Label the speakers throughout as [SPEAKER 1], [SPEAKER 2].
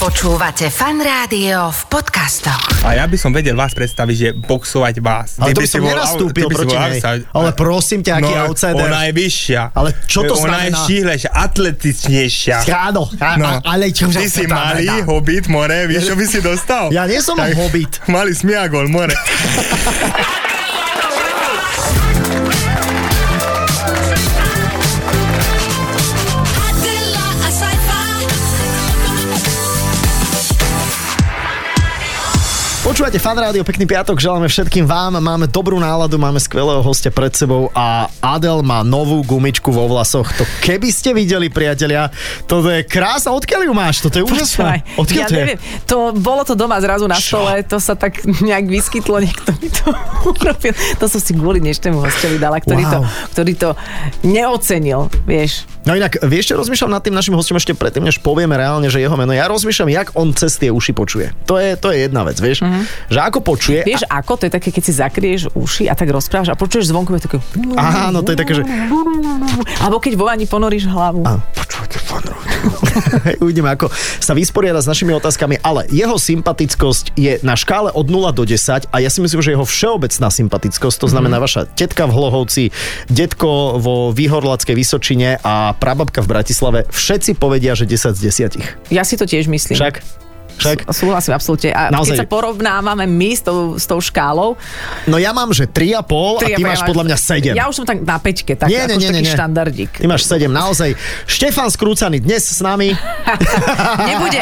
[SPEAKER 1] Počúvate fan rádio v podcastoch.
[SPEAKER 2] A ja by som vedel vás predstaviť, že boxovať vás.
[SPEAKER 3] Ale
[SPEAKER 2] Kdyby
[SPEAKER 3] to by som
[SPEAKER 2] si bol
[SPEAKER 3] nenastúpil
[SPEAKER 2] out- to by si
[SPEAKER 3] proti
[SPEAKER 2] bol
[SPEAKER 3] nej.
[SPEAKER 2] outside. No,
[SPEAKER 3] Ale prosím ťa, aký outsider.
[SPEAKER 2] Ona je vyššia.
[SPEAKER 3] Ale čo to
[SPEAKER 2] ona je
[SPEAKER 3] znamená?
[SPEAKER 2] štíhlejšia, atletičnejšia.
[SPEAKER 3] Áno, a, no. a, ale čo
[SPEAKER 2] Ty si malý hobbit, more, vieš, čo by si dostal?
[SPEAKER 3] Ja nie som hobbit.
[SPEAKER 2] Malý smiagol, more.
[SPEAKER 4] Adela, a sci-fi.
[SPEAKER 3] Počúvate fan rádio, pekný piatok, želáme všetkým vám, máme dobrú náladu, máme skvelého hostia pred sebou a Adel má novú gumičku vo vlasoch. To keby ste videli, priatelia, toto je krásna, odkiaľ ju máš? Toto je úžasné.
[SPEAKER 5] Počúvaj,
[SPEAKER 3] Odkiaľ
[SPEAKER 5] ja
[SPEAKER 3] to je?
[SPEAKER 5] neviem, to bolo to doma zrazu na
[SPEAKER 3] Čo?
[SPEAKER 5] stole, to sa tak nejak vyskytlo, niekto mi to urobil. To som si kvôli dnešnému hostovi dala, ktorý,
[SPEAKER 3] Wow.
[SPEAKER 5] to, ktorý to neocenil, vieš.
[SPEAKER 3] No inak, vieš čo, rozmýšľam nad tým našim hostom ešte predtým, než povieme reálne, že jeho meno. Ja rozmýšľam, jak on cez tie uši počuje. To je, to je jedna vec, vieš. Mm-hmm. Že ako počuje...
[SPEAKER 5] Mhm. Vieš ako? To je také, keď si zakrieš uši a tak rozprávaš a počuješ zvonku, je také...
[SPEAKER 3] Aha, no to je také, že...
[SPEAKER 5] Alebo keď vo vani ponoríš hlavu.
[SPEAKER 3] A počujete fan rádio. Hej, Uvidíme, ako sa vysporiada s našimi otázkami, ale jeho sympatickosť je na škále od 0 do 10 a ja si myslím, že jeho všeobecná sympatickosť, to
[SPEAKER 5] Mhm.
[SPEAKER 3] znamená vaša tetka v Hlohovci, detko vo Výhorlackej Vysočine a prababka v Bratislave, všetci povedia, že 10 z 10.
[SPEAKER 5] Ja si to tiež myslím.
[SPEAKER 3] Však? Však?
[SPEAKER 5] S- Súhlasím, absolútne. A
[SPEAKER 3] Naozaj.
[SPEAKER 5] keď sa porovnávame my s tou, s tou škálou,
[SPEAKER 3] No ja mám, že 3,5 a
[SPEAKER 5] tri-
[SPEAKER 3] ty máš podľa mňa 7.
[SPEAKER 5] Ja už som tak na peťke, tak,
[SPEAKER 3] Nie, nie,
[SPEAKER 5] akož
[SPEAKER 3] nie,
[SPEAKER 5] taký
[SPEAKER 3] nie, nie.
[SPEAKER 5] štandardík.
[SPEAKER 3] Ty máš 7, naozaj. Štefan Skrúcaný dnes s nami.
[SPEAKER 5] Nebude.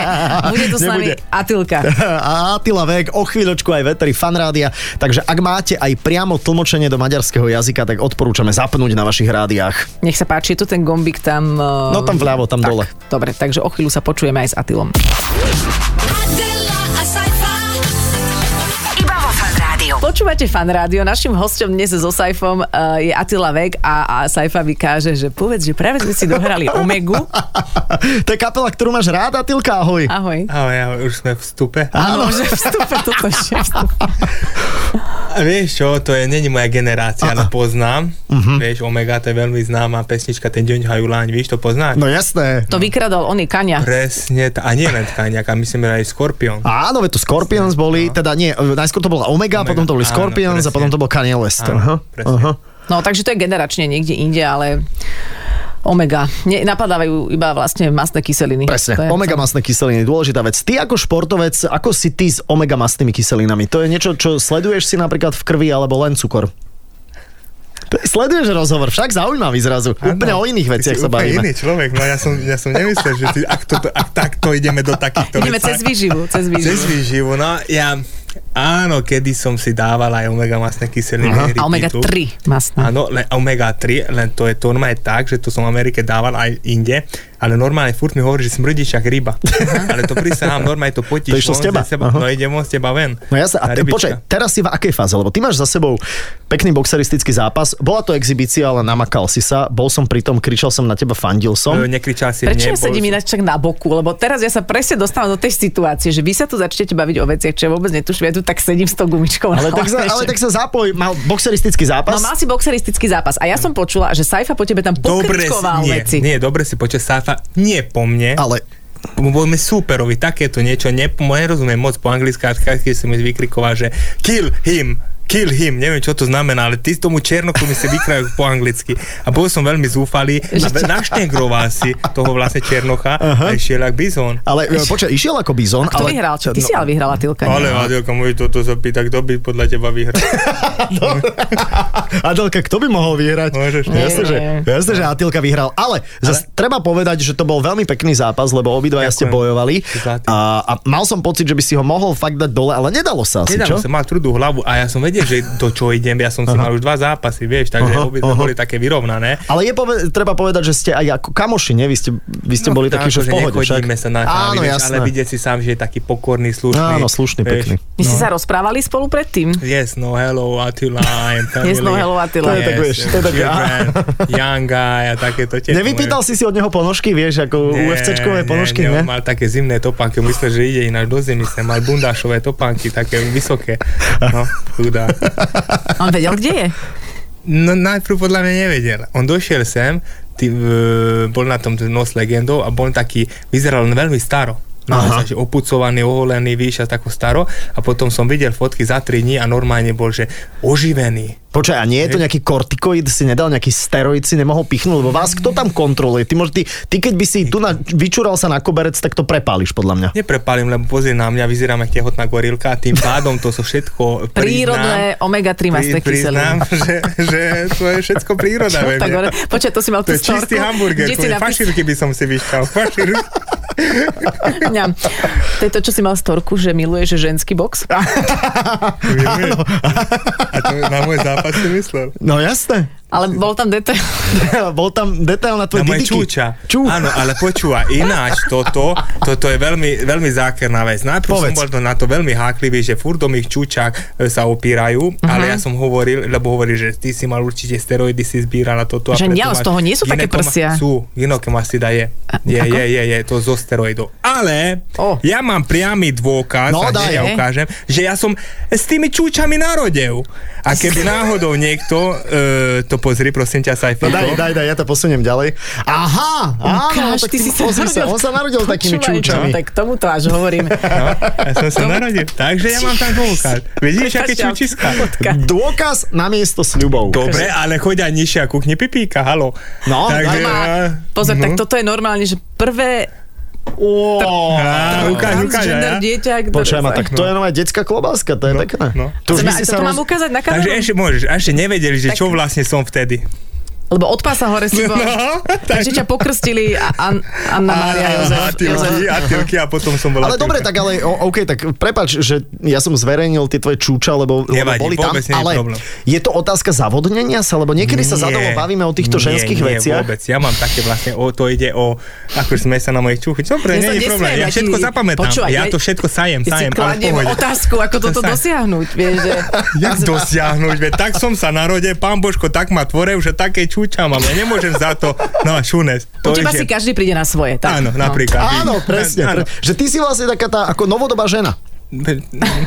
[SPEAKER 5] Bude tu s nami
[SPEAKER 3] Nebude.
[SPEAKER 5] Atilka.
[SPEAKER 3] a Atila Vek, o chvíľočku aj veteri fanrádia. Takže ak máte aj priamo tlmočenie do maďarského jazyka, tak odporúčame zapnúť na vašich rádiách.
[SPEAKER 5] Nech sa páči, je tu ten gombik tam... eh,
[SPEAKER 3] No tam vľavo, tam
[SPEAKER 5] tak,
[SPEAKER 3] dole.
[SPEAKER 5] Dobre, takže o chvíľu sa počujeme aj s Atilom.
[SPEAKER 4] Adela, a sci-fi.
[SPEAKER 1] Iba vo fan rádiu.
[SPEAKER 5] Počúvate fan rádio, našim hostom dnes so Saifom eh, je Atila Vek a, a Saifa vykáže, že povedz, že práve sme si dohrali Omegu.
[SPEAKER 3] to je kapela, ktorú máš rád, Atilka, ahoj.
[SPEAKER 5] Ahoj.
[SPEAKER 2] Ahoj, ahoj, už sme v vstupe.
[SPEAKER 3] Áno.
[SPEAKER 5] Že vstupe, toto ešte vstupe.
[SPEAKER 2] A vieš čo, to je, není moja generácia, ale poznám.
[SPEAKER 3] Mhm.
[SPEAKER 2] Vieš, Omega, to je veľmi známa pesnička, ten Deň Hajuláň, víš, to poznáš?
[SPEAKER 3] No jasné.
[SPEAKER 5] To vykradol on i Kaňa.
[SPEAKER 2] Presne, t- a nie len tkáňak, a myslím, že aj Scorpion.
[SPEAKER 3] Áno, veď to Scorpions boli, teda nie, najskôr to bola
[SPEAKER 2] no.
[SPEAKER 3] Omega, Omega
[SPEAKER 2] Omega,
[SPEAKER 3] potom to boli
[SPEAKER 2] áno,
[SPEAKER 3] Scorpions a
[SPEAKER 2] presne.
[SPEAKER 3] potom to bol Kanye West.
[SPEAKER 2] Áno,
[SPEAKER 3] Aha,
[SPEAKER 2] presne.
[SPEAKER 3] aha.
[SPEAKER 5] No, takže to je generačne niekde inde, ale Omega. Ne, napadávajú iba vlastne mastné kyseliny.
[SPEAKER 3] Presne,
[SPEAKER 5] To je-
[SPEAKER 3] omega masné kyseliny, dôležitá vec. Ty ako športovec, ako si ty s omega masnými kyselinami? To je niečo, čo sleduješ si napríklad v krvi alebo len cukor? To je- Sleduješ rozhovor, však zaujímavý zrazu.
[SPEAKER 2] Áno.
[SPEAKER 3] Úplne o iných
[SPEAKER 2] Ty si
[SPEAKER 3] veciach sa
[SPEAKER 2] úplne
[SPEAKER 3] bavíme.
[SPEAKER 2] iný človek, no ja som, ja som nemyslel, že ty, ak, to, ak takto ideme do takýchto
[SPEAKER 5] Ideme
[SPEAKER 2] vecí.
[SPEAKER 5] cez výživu, cez
[SPEAKER 2] Cez
[SPEAKER 5] výživu.
[SPEAKER 2] výživu, no ja, áno, kedy som si dával aj omega masné kyseliny.
[SPEAKER 5] A omega 3 mastné.
[SPEAKER 2] Áno, len omega 3, len to je to normálne tak, že to som v Amerike dával aj inde, ale normálne furt mi hovorí, že smrdíš jak ryba. ale to prísahám, normálne to potíš.
[SPEAKER 3] To išlo z
[SPEAKER 2] von
[SPEAKER 3] teba.
[SPEAKER 2] ze Seba,
[SPEAKER 3] Aha.
[SPEAKER 2] no idem von z teba ven.
[SPEAKER 3] No ja sa, a
[SPEAKER 2] Tá
[SPEAKER 3] te,
[SPEAKER 2] rybička.
[SPEAKER 3] počkaj, teraz si v akej fáze? Lebo ty máš za sebou pekný boxeristický zápas. Bola to exibícia, ale namakal si sa. Bol som pri tom, kričal som na teba, fandil som.
[SPEAKER 2] E, Nekričal si
[SPEAKER 5] Prečo ja
[SPEAKER 2] nebol
[SPEAKER 5] sedím
[SPEAKER 2] si-
[SPEAKER 5] ináč tak na boku? Lebo teraz ja sa presne dostávam do tej situácie, že vy sa tu začnete baviť o veciach, čo ja vôbec netuším. Ja tu tak sedím s tou gumičkou. na
[SPEAKER 3] Ale tak, sa,
[SPEAKER 5] hlave,
[SPEAKER 3] ale
[SPEAKER 5] že-
[SPEAKER 3] tak sa zapoj, mal boxeristický zápas.
[SPEAKER 5] No mal si boxeristický zápas a ja som počula, že Saifa po tebe tam
[SPEAKER 2] Dobre si,
[SPEAKER 5] pokričkoval
[SPEAKER 2] nie,
[SPEAKER 5] veci.
[SPEAKER 2] nie, dobre si počas sáfa, nie po mne.
[SPEAKER 3] ale
[SPEAKER 2] Budeme superovi, takéto niečo, ne, nerozumiem moc po anglicky, keď som mi vykrikoval, že kill him, kill him, neviem čo to znamená, ale ty tomu černoku mi si vykrajú po anglicky. A bol som veľmi zúfalý, a ve- naštengroval si toho vlastne černocha a išiel jak bizon.
[SPEAKER 3] ale e, počkaj, išiel ako bizon.
[SPEAKER 5] Kto
[SPEAKER 3] ale,
[SPEAKER 5] vyhral? Čo? Ty si
[SPEAKER 3] no,
[SPEAKER 5] ale vyhrala, Tilka. nie?
[SPEAKER 2] Ale Adelka, môj toto sa pýta, kto by podľa teba vyhral.
[SPEAKER 3] Adelka, kto by mohol vyhrať?
[SPEAKER 2] Môžeš,
[SPEAKER 3] No,
[SPEAKER 2] nie.
[SPEAKER 3] jasné, že, jasné, že Atilka vyhral. Ale, zas treba povedať, že to bol veľmi pekný zápas, lebo obidvaja ste
[SPEAKER 2] Ďakujem.
[SPEAKER 3] bojovali.
[SPEAKER 2] Zlatý.
[SPEAKER 3] A, a mal som pocit, že by si ho mohol fakt dať dole, ale nedalo sa asi,
[SPEAKER 2] Nedávno
[SPEAKER 3] čo?
[SPEAKER 2] som mal trudú hlavu a ja som vedel, že do čo idem, ja som si mal už dva zápasy, vieš, takže
[SPEAKER 3] Aha,
[SPEAKER 2] obidve
[SPEAKER 3] aha.
[SPEAKER 2] boli také vyrovnané.
[SPEAKER 3] Ale je pove- treba povedať, že ste aj ako kamoši, nie? Vy ste, vy ste boli takí, že
[SPEAKER 2] akože
[SPEAKER 3] v pohode však.
[SPEAKER 2] nechodíme sa na
[SPEAKER 3] Áno,
[SPEAKER 2] vieš,
[SPEAKER 3] jasné.
[SPEAKER 2] ale vidieť si sám, že je taký pokorný, slušný.
[SPEAKER 3] Áno, slušný, pekný.
[SPEAKER 5] Vy
[SPEAKER 2] no.
[SPEAKER 5] ste sa rozprávali spolu predtým?
[SPEAKER 2] Yes, no hello Attila and family.
[SPEAKER 5] Yes, no, hello, Attila. To
[SPEAKER 3] je tak, vieš, to je tak,
[SPEAKER 2] children, young guy a takéto tiež.
[SPEAKER 3] Nevypýtal si si od neho ponožky, vieš, ako
[SPEAKER 2] Nie,
[SPEAKER 3] UFC-čkové ponožky,
[SPEAKER 2] nie,
[SPEAKER 3] nie?
[SPEAKER 2] on mal také zimné topánky, on myslel, že ide ináč do zimy, sem mal bundášové topánky, také vysoké. No, chudá.
[SPEAKER 5] On vedel, kde je?
[SPEAKER 2] No najprv podľa mňa nevedel. On došiel sem, tý, e, bol na tom nos legendou a bol taký, vyzeral len veľmi staro. Naozaj, že opucovaný, oholený, víš, a tako staro. A potom som videl fotky za 3 dní a normálne bol, že oživený.
[SPEAKER 3] Počkaj, a nie je to nejaký kortikoid, si nedal nejaký steroid, si nemohol pichnúť, lebo vás kto tam kontroluje? Ty, môže, ty, ty keď by si tu na, vyčúral sa na koberec, tak to prepáliš podľa mňa.
[SPEAKER 2] Neprepálim, lebo pozri na mňa, vyzerám ako tehotná gorilka a tým pádom to sú všetko
[SPEAKER 5] Prírodné omega-3 masné
[SPEAKER 2] pri- priznám,
[SPEAKER 5] kyseliny.
[SPEAKER 2] že, že to je všetko príroda ve
[SPEAKER 5] No, Tak
[SPEAKER 2] mne.
[SPEAKER 5] hore- Počkaj, to si mal
[SPEAKER 2] To
[SPEAKER 5] tú
[SPEAKER 2] je čistý
[SPEAKER 5] storku,
[SPEAKER 2] hamburger,
[SPEAKER 5] kde si
[SPEAKER 2] to je
[SPEAKER 5] napís-
[SPEAKER 2] faširky by som si vyškal. Faširky.
[SPEAKER 5] Ňam. To je to, čo si mal storku, že miluješ ženský box?
[SPEAKER 2] Áno. A to na môj zápas si myslel.
[SPEAKER 3] No jasné.
[SPEAKER 5] Ale bol tam detail.
[SPEAKER 3] Bol tam detail
[SPEAKER 2] Na
[SPEAKER 3] na tvoje
[SPEAKER 2] moje
[SPEAKER 3] didiky.
[SPEAKER 2] čúča.
[SPEAKER 3] Čú.
[SPEAKER 2] Áno, ale počúva, ináč toto, toto je veľmi, veľmi zákerná vec. Najprv
[SPEAKER 3] Povedz.
[SPEAKER 2] som bol na to veľmi háklivý, že furt do mých čúčak e, sa opírajú,
[SPEAKER 5] Mhm.
[SPEAKER 2] uh-huh. ale ja som hovoril, lebo hovoril, že ty si mal určite steroidy, si zbírala toto. a
[SPEAKER 5] Že
[SPEAKER 2] preto
[SPEAKER 5] nie, ale z
[SPEAKER 2] máš
[SPEAKER 5] toho nie sú také
[SPEAKER 2] ginekoma-
[SPEAKER 5] prsia.
[SPEAKER 2] Sú, ginekomastida je. Je,
[SPEAKER 5] ako?
[SPEAKER 2] je, je, je, to zo steroidov. Ale
[SPEAKER 5] O.
[SPEAKER 2] ja mám priamy dôkaz,
[SPEAKER 3] No,
[SPEAKER 2] a hneď
[SPEAKER 3] daj.
[SPEAKER 2] ja ukážem, že ja som s tými čúčami narodil. A keby náhodou niekto, e, to pozri, prosím ťa, Saifi,
[SPEAKER 3] No daj, daj, daj, ja to posuniem ďalej. Aha, áno,
[SPEAKER 5] Ukáž,
[SPEAKER 3] tak ty si sa,
[SPEAKER 5] narodil-
[SPEAKER 3] sa, on sa narodil s takými
[SPEAKER 5] Počúvaj,
[SPEAKER 3] čúčami.
[SPEAKER 5] No, tak tomuto až hovorím.
[SPEAKER 2] No, ja som sa narodil. Takže ja mám tam dôkaz. Vidíš, aké
[SPEAKER 5] Prepačte,
[SPEAKER 2] čučiska.
[SPEAKER 5] fotka.
[SPEAKER 3] Dôkaz na miesto sľubov.
[SPEAKER 2] Dobre, ale chodia nižšie a kuchne pipíka, halo.
[SPEAKER 3] No, daj
[SPEAKER 5] ma. Pozor, tak toto je normálne, že prvé eh,
[SPEAKER 3] Ó,
[SPEAKER 2] Á, ukáž, ukáž, aj
[SPEAKER 5] transgender
[SPEAKER 2] ja.
[SPEAKER 5] dieťa, ktoré
[SPEAKER 3] Počkaj ma,
[SPEAKER 5] sa-
[SPEAKER 3] tak to je nová detská klobáska, to je pekné.
[SPEAKER 2] no.
[SPEAKER 3] To už by
[SPEAKER 5] Chceme,
[SPEAKER 3] si
[SPEAKER 5] aj
[SPEAKER 3] sa
[SPEAKER 5] toto mám
[SPEAKER 3] roz...
[SPEAKER 5] ukázať na kameru?
[SPEAKER 2] Takže ešte môžeš, a ešte nevedeli, že čo vlastne som vtedy.
[SPEAKER 5] Lebo od pása hore si
[SPEAKER 2] No,
[SPEAKER 5] bol. Takže ťa pokrstili a- An- Anna Mária
[SPEAKER 2] a,
[SPEAKER 5] Jozef.
[SPEAKER 2] a, tylky,
[SPEAKER 5] Jozef.
[SPEAKER 2] a tylky, a potom som bola
[SPEAKER 3] Ale dobre,
[SPEAKER 2] tylka.
[SPEAKER 3] tak ale o, OK, tak prepač, že ja som zverejnil tie tvoje čúča, lebo, lebo
[SPEAKER 2] Nevadí,
[SPEAKER 3] boli tam,
[SPEAKER 2] vôbec nie je
[SPEAKER 3] ale
[SPEAKER 2] problém.
[SPEAKER 3] je to otázka zavodnenia sa, lebo niekedy sa
[SPEAKER 2] Nie,
[SPEAKER 3] zadovo bavíme o týchto
[SPEAKER 2] nie,
[SPEAKER 3] ženských
[SPEAKER 2] nie,
[SPEAKER 3] veciach.
[SPEAKER 2] vôbec. Ja mám také vlastne, o, to ide o, ako sme sa na mojich čuchy. Dobre,
[SPEAKER 5] Ja
[SPEAKER 2] nie
[SPEAKER 5] sa
[SPEAKER 2] je
[SPEAKER 5] nesmiem,
[SPEAKER 2] problém. Ja
[SPEAKER 5] ja ti-
[SPEAKER 2] všetko zapamätám.
[SPEAKER 5] Počúvaj,
[SPEAKER 2] Ja
[SPEAKER 5] ja-
[SPEAKER 2] to všetko sajem,
[SPEAKER 5] Ja si
[SPEAKER 2] sajem. ale v
[SPEAKER 5] kladiem
[SPEAKER 2] pohode.
[SPEAKER 5] otázku, ako toto
[SPEAKER 2] Sa-
[SPEAKER 5] dosiahnuť, vieš, že...
[SPEAKER 2] Jak dosiahnuť? Veď tak som sa narodil, pán Božko tak ma tvoril, že také čúča mám. Ja nemôžem za to. No a šunes.
[SPEAKER 5] U
[SPEAKER 2] To
[SPEAKER 5] teba
[SPEAKER 2] je,
[SPEAKER 5] si každý príde na svoje. Tak,
[SPEAKER 2] Áno,
[SPEAKER 5] no.
[SPEAKER 2] napríklad.
[SPEAKER 3] Áno, presne.
[SPEAKER 2] Áno.
[SPEAKER 3] Pre, že ty si vlastne taká tá ako novodobá žena.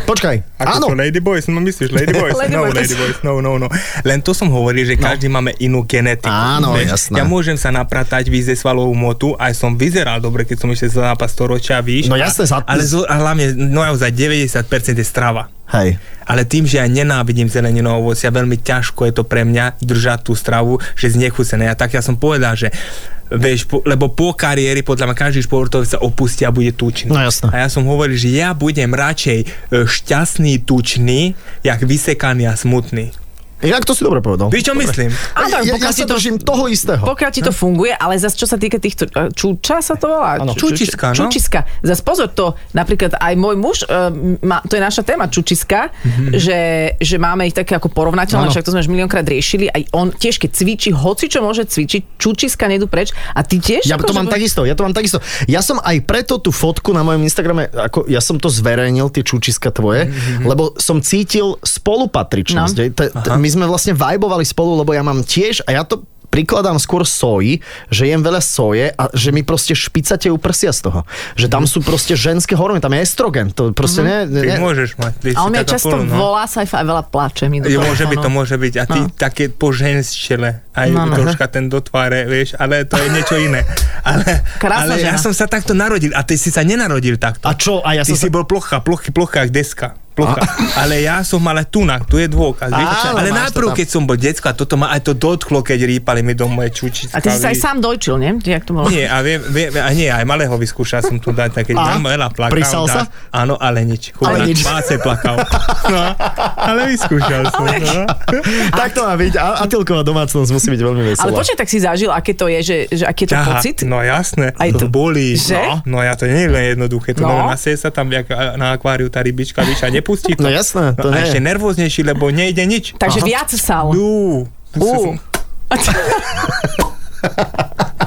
[SPEAKER 3] Počkaj,
[SPEAKER 2] Ako
[SPEAKER 3] áno.
[SPEAKER 2] to Lady Boys, no myslíš Lady Boys?
[SPEAKER 5] Lady
[SPEAKER 2] no,
[SPEAKER 5] Boys.
[SPEAKER 2] Lady Boys, no, no, no. Len to som hovoril, že každý máme inú genetiku.
[SPEAKER 3] No. Áno, jasné.
[SPEAKER 2] Ja môžem sa napratať, vyze svalovú motu, aj som vyzeral dobre, keď som ešte za zápas storočia, víš.
[SPEAKER 3] No jasné, za-
[SPEAKER 2] za... Ale zo, a hlavne, no naozaj 90% je strava.
[SPEAKER 3] Hej.
[SPEAKER 2] Ale tým, že ja nenávidím zeleninu a ovocia, veľmi ťažko je to pre mňa držať tú stravu, že znechusené. A tak ja som povedal, že Vieš, po, lebo po kariéri podľa mňa každý športovec sa opustí a bude tučný.
[SPEAKER 3] No jasné.
[SPEAKER 2] A ja som hovoril, že ja budem radšej e, šťastný, tučný, jak vysekaný a smutný.
[SPEAKER 3] Inak to si dobre povedal.
[SPEAKER 2] Vieš, čo myslím?
[SPEAKER 3] ja,
[SPEAKER 5] Áno,
[SPEAKER 3] ja
[SPEAKER 5] pokiaľ
[SPEAKER 3] sa
[SPEAKER 5] ti to-
[SPEAKER 3] držím toho istého.
[SPEAKER 5] Pokiaľ ti to
[SPEAKER 2] Hm?
[SPEAKER 5] funguje, ale zase čo sa týka týchto e, čúča sa to volá?
[SPEAKER 3] Áno.
[SPEAKER 5] Ču-
[SPEAKER 2] Čučiska, no.
[SPEAKER 5] Čučiska. Zas pozor to, napríklad aj môj muž, uh, má, to je naša téma čučiska,
[SPEAKER 2] Mhm.
[SPEAKER 5] že, že máme ich také ako porovnateľné,
[SPEAKER 3] Áno.
[SPEAKER 5] však to sme už miliónkrát riešili, aj on tiež keď cvičí, hoci čo môže cvičiť, čučiska nejdu preč a ty tiež?
[SPEAKER 3] Ja to
[SPEAKER 5] akože
[SPEAKER 3] mám
[SPEAKER 5] bu-
[SPEAKER 3] takisto, ja to mám takisto. Ja som aj preto tú fotku na mojom Instagrame, ako ja som to zverejnil, tie čučiska tvoje,
[SPEAKER 2] Mhm.
[SPEAKER 3] mm-hmm. lebo som cítil spolupatričnosť.
[SPEAKER 5] No.
[SPEAKER 3] hej. T- t- My sme vlastne vibovali spolu, lebo ja mám tiež, a ja to prikladám skôr soji, že jem veľa soje a že mi proste špicate prsia z toho. Že tam sú proste ženské hormóny, tam je estrogen, to proste mm-hmm. ne,
[SPEAKER 2] Mhm. Ty
[SPEAKER 3] ne,
[SPEAKER 2] môžeš mať. ty
[SPEAKER 5] A
[SPEAKER 2] si
[SPEAKER 5] on mi aj
[SPEAKER 2] taká
[SPEAKER 5] často
[SPEAKER 2] polu, no.
[SPEAKER 5] volá sa aj fa- veľa pláče mi do
[SPEAKER 2] Jo, môže
[SPEAKER 5] telefónu.
[SPEAKER 2] byť, to môže byť. A ty
[SPEAKER 5] No.
[SPEAKER 2] no. také po ženščele. Aj
[SPEAKER 5] No,
[SPEAKER 2] no,
[SPEAKER 5] no.
[SPEAKER 2] no. troška ten do tváre, vieš, ale to je niečo iné. Ale,
[SPEAKER 5] Krásna
[SPEAKER 2] ale ja
[SPEAKER 5] žena.
[SPEAKER 2] som sa takto narodil a ty si sa nenarodil takto.
[SPEAKER 3] A čo? A ja
[SPEAKER 2] ty
[SPEAKER 3] som
[SPEAKER 2] si
[SPEAKER 3] sa-
[SPEAKER 2] bol plocha, plochý, plochá jak deska. Plocha. Ale ja som mal aj tunak, tu je dôkaz. vieš?
[SPEAKER 3] Áno,
[SPEAKER 2] ale
[SPEAKER 3] máš to
[SPEAKER 2] najprv,
[SPEAKER 3] tam.
[SPEAKER 2] keď som bol decko, a toto ma aj to dotklo, keď rýpali mi do moje čučice.
[SPEAKER 5] A ty si sa aj sám dojčil, nie? Ty, jak to bolo?
[SPEAKER 2] Nie, a, viem, viem, a nie, aj malého vyskúšal som tu dať, tak keď
[SPEAKER 3] A?
[SPEAKER 2] tam veľa plakal.
[SPEAKER 3] Prisal
[SPEAKER 2] dá-
[SPEAKER 3] sa?
[SPEAKER 2] Áno, ale nič. Chudák,
[SPEAKER 3] nič.
[SPEAKER 2] Máce plakal. No, ale vyskúšal som. No.
[SPEAKER 3] tak to má byť. A, Atilková domácnosť musí byť veľmi veselá.
[SPEAKER 5] Ale počkaj, tak si zažil, aké to je, že, že aký je to
[SPEAKER 2] Aha,
[SPEAKER 5] pocit?
[SPEAKER 2] No jasné,
[SPEAKER 5] Aj
[SPEAKER 2] aj to,
[SPEAKER 5] to-
[SPEAKER 2] bolí.
[SPEAKER 5] Že?
[SPEAKER 2] No, no ja to nie je len jednoduché, to
[SPEAKER 5] No.
[SPEAKER 2] no. nasie sa tam jak na akváriu tá rybička, víš, a nepustí to.
[SPEAKER 3] No jasné, to
[SPEAKER 2] a
[SPEAKER 3] nie.
[SPEAKER 2] ešte nervóznejší, lebo nejde nič.
[SPEAKER 5] Takže viac sal.
[SPEAKER 2] Ú,
[SPEAKER 5] Ú.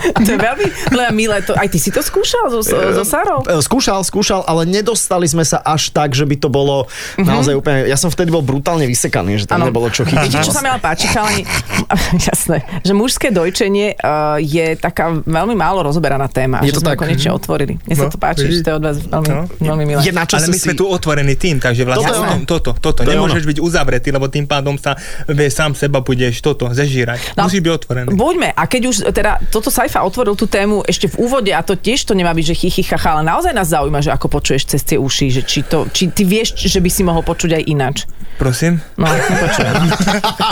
[SPEAKER 5] to je veľmi no, milé. To, aj ty si to skúšal so, so Sarou?
[SPEAKER 3] E, Skúšal, skúšal, ale nedostali sme sa až tak, že by to bolo naozaj úplne... Ja som vtedy bol brutálne vysekaný, že tam
[SPEAKER 5] Mhm. Áno.
[SPEAKER 3] nebolo čo chytiť.
[SPEAKER 5] Viete, čo sa mi ale páči, chalani? Jasné, že mužské dojčenie uh, je taká veľmi málo rozoberaná téma.
[SPEAKER 3] Je to
[SPEAKER 5] že sme
[SPEAKER 3] tak.
[SPEAKER 5] ho konečne otvorili. Mne sa
[SPEAKER 2] No,
[SPEAKER 5] to páči,
[SPEAKER 2] vidíš?
[SPEAKER 5] že to je od vás veľmi,
[SPEAKER 2] No.
[SPEAKER 5] veľmi milé.
[SPEAKER 3] Je na čo
[SPEAKER 2] ale
[SPEAKER 3] som
[SPEAKER 2] my sme
[SPEAKER 3] si...
[SPEAKER 2] tu otvorený tým, takže vlastne
[SPEAKER 3] Toto je
[SPEAKER 2] toto,
[SPEAKER 3] ono.
[SPEAKER 2] toto, toto,
[SPEAKER 3] To je
[SPEAKER 2] nemôžeš byť uzavretý, lebo tým pádom sa viie, sám seba budeš toto zežírať.
[SPEAKER 5] No.
[SPEAKER 2] Musí byť otvorený.
[SPEAKER 5] Buďme, a keď už teda toto sa Saifa otvoril tú tému ešte v úvode a to tiež to nemá byť, že chichi chacha, ale naozaj nás zaujíma, že ako počuješ cez tie uši, že či, to, či ty vieš, že by si mohol počuť aj ináč.
[SPEAKER 2] Prosím?
[SPEAKER 5] No, nepočujem.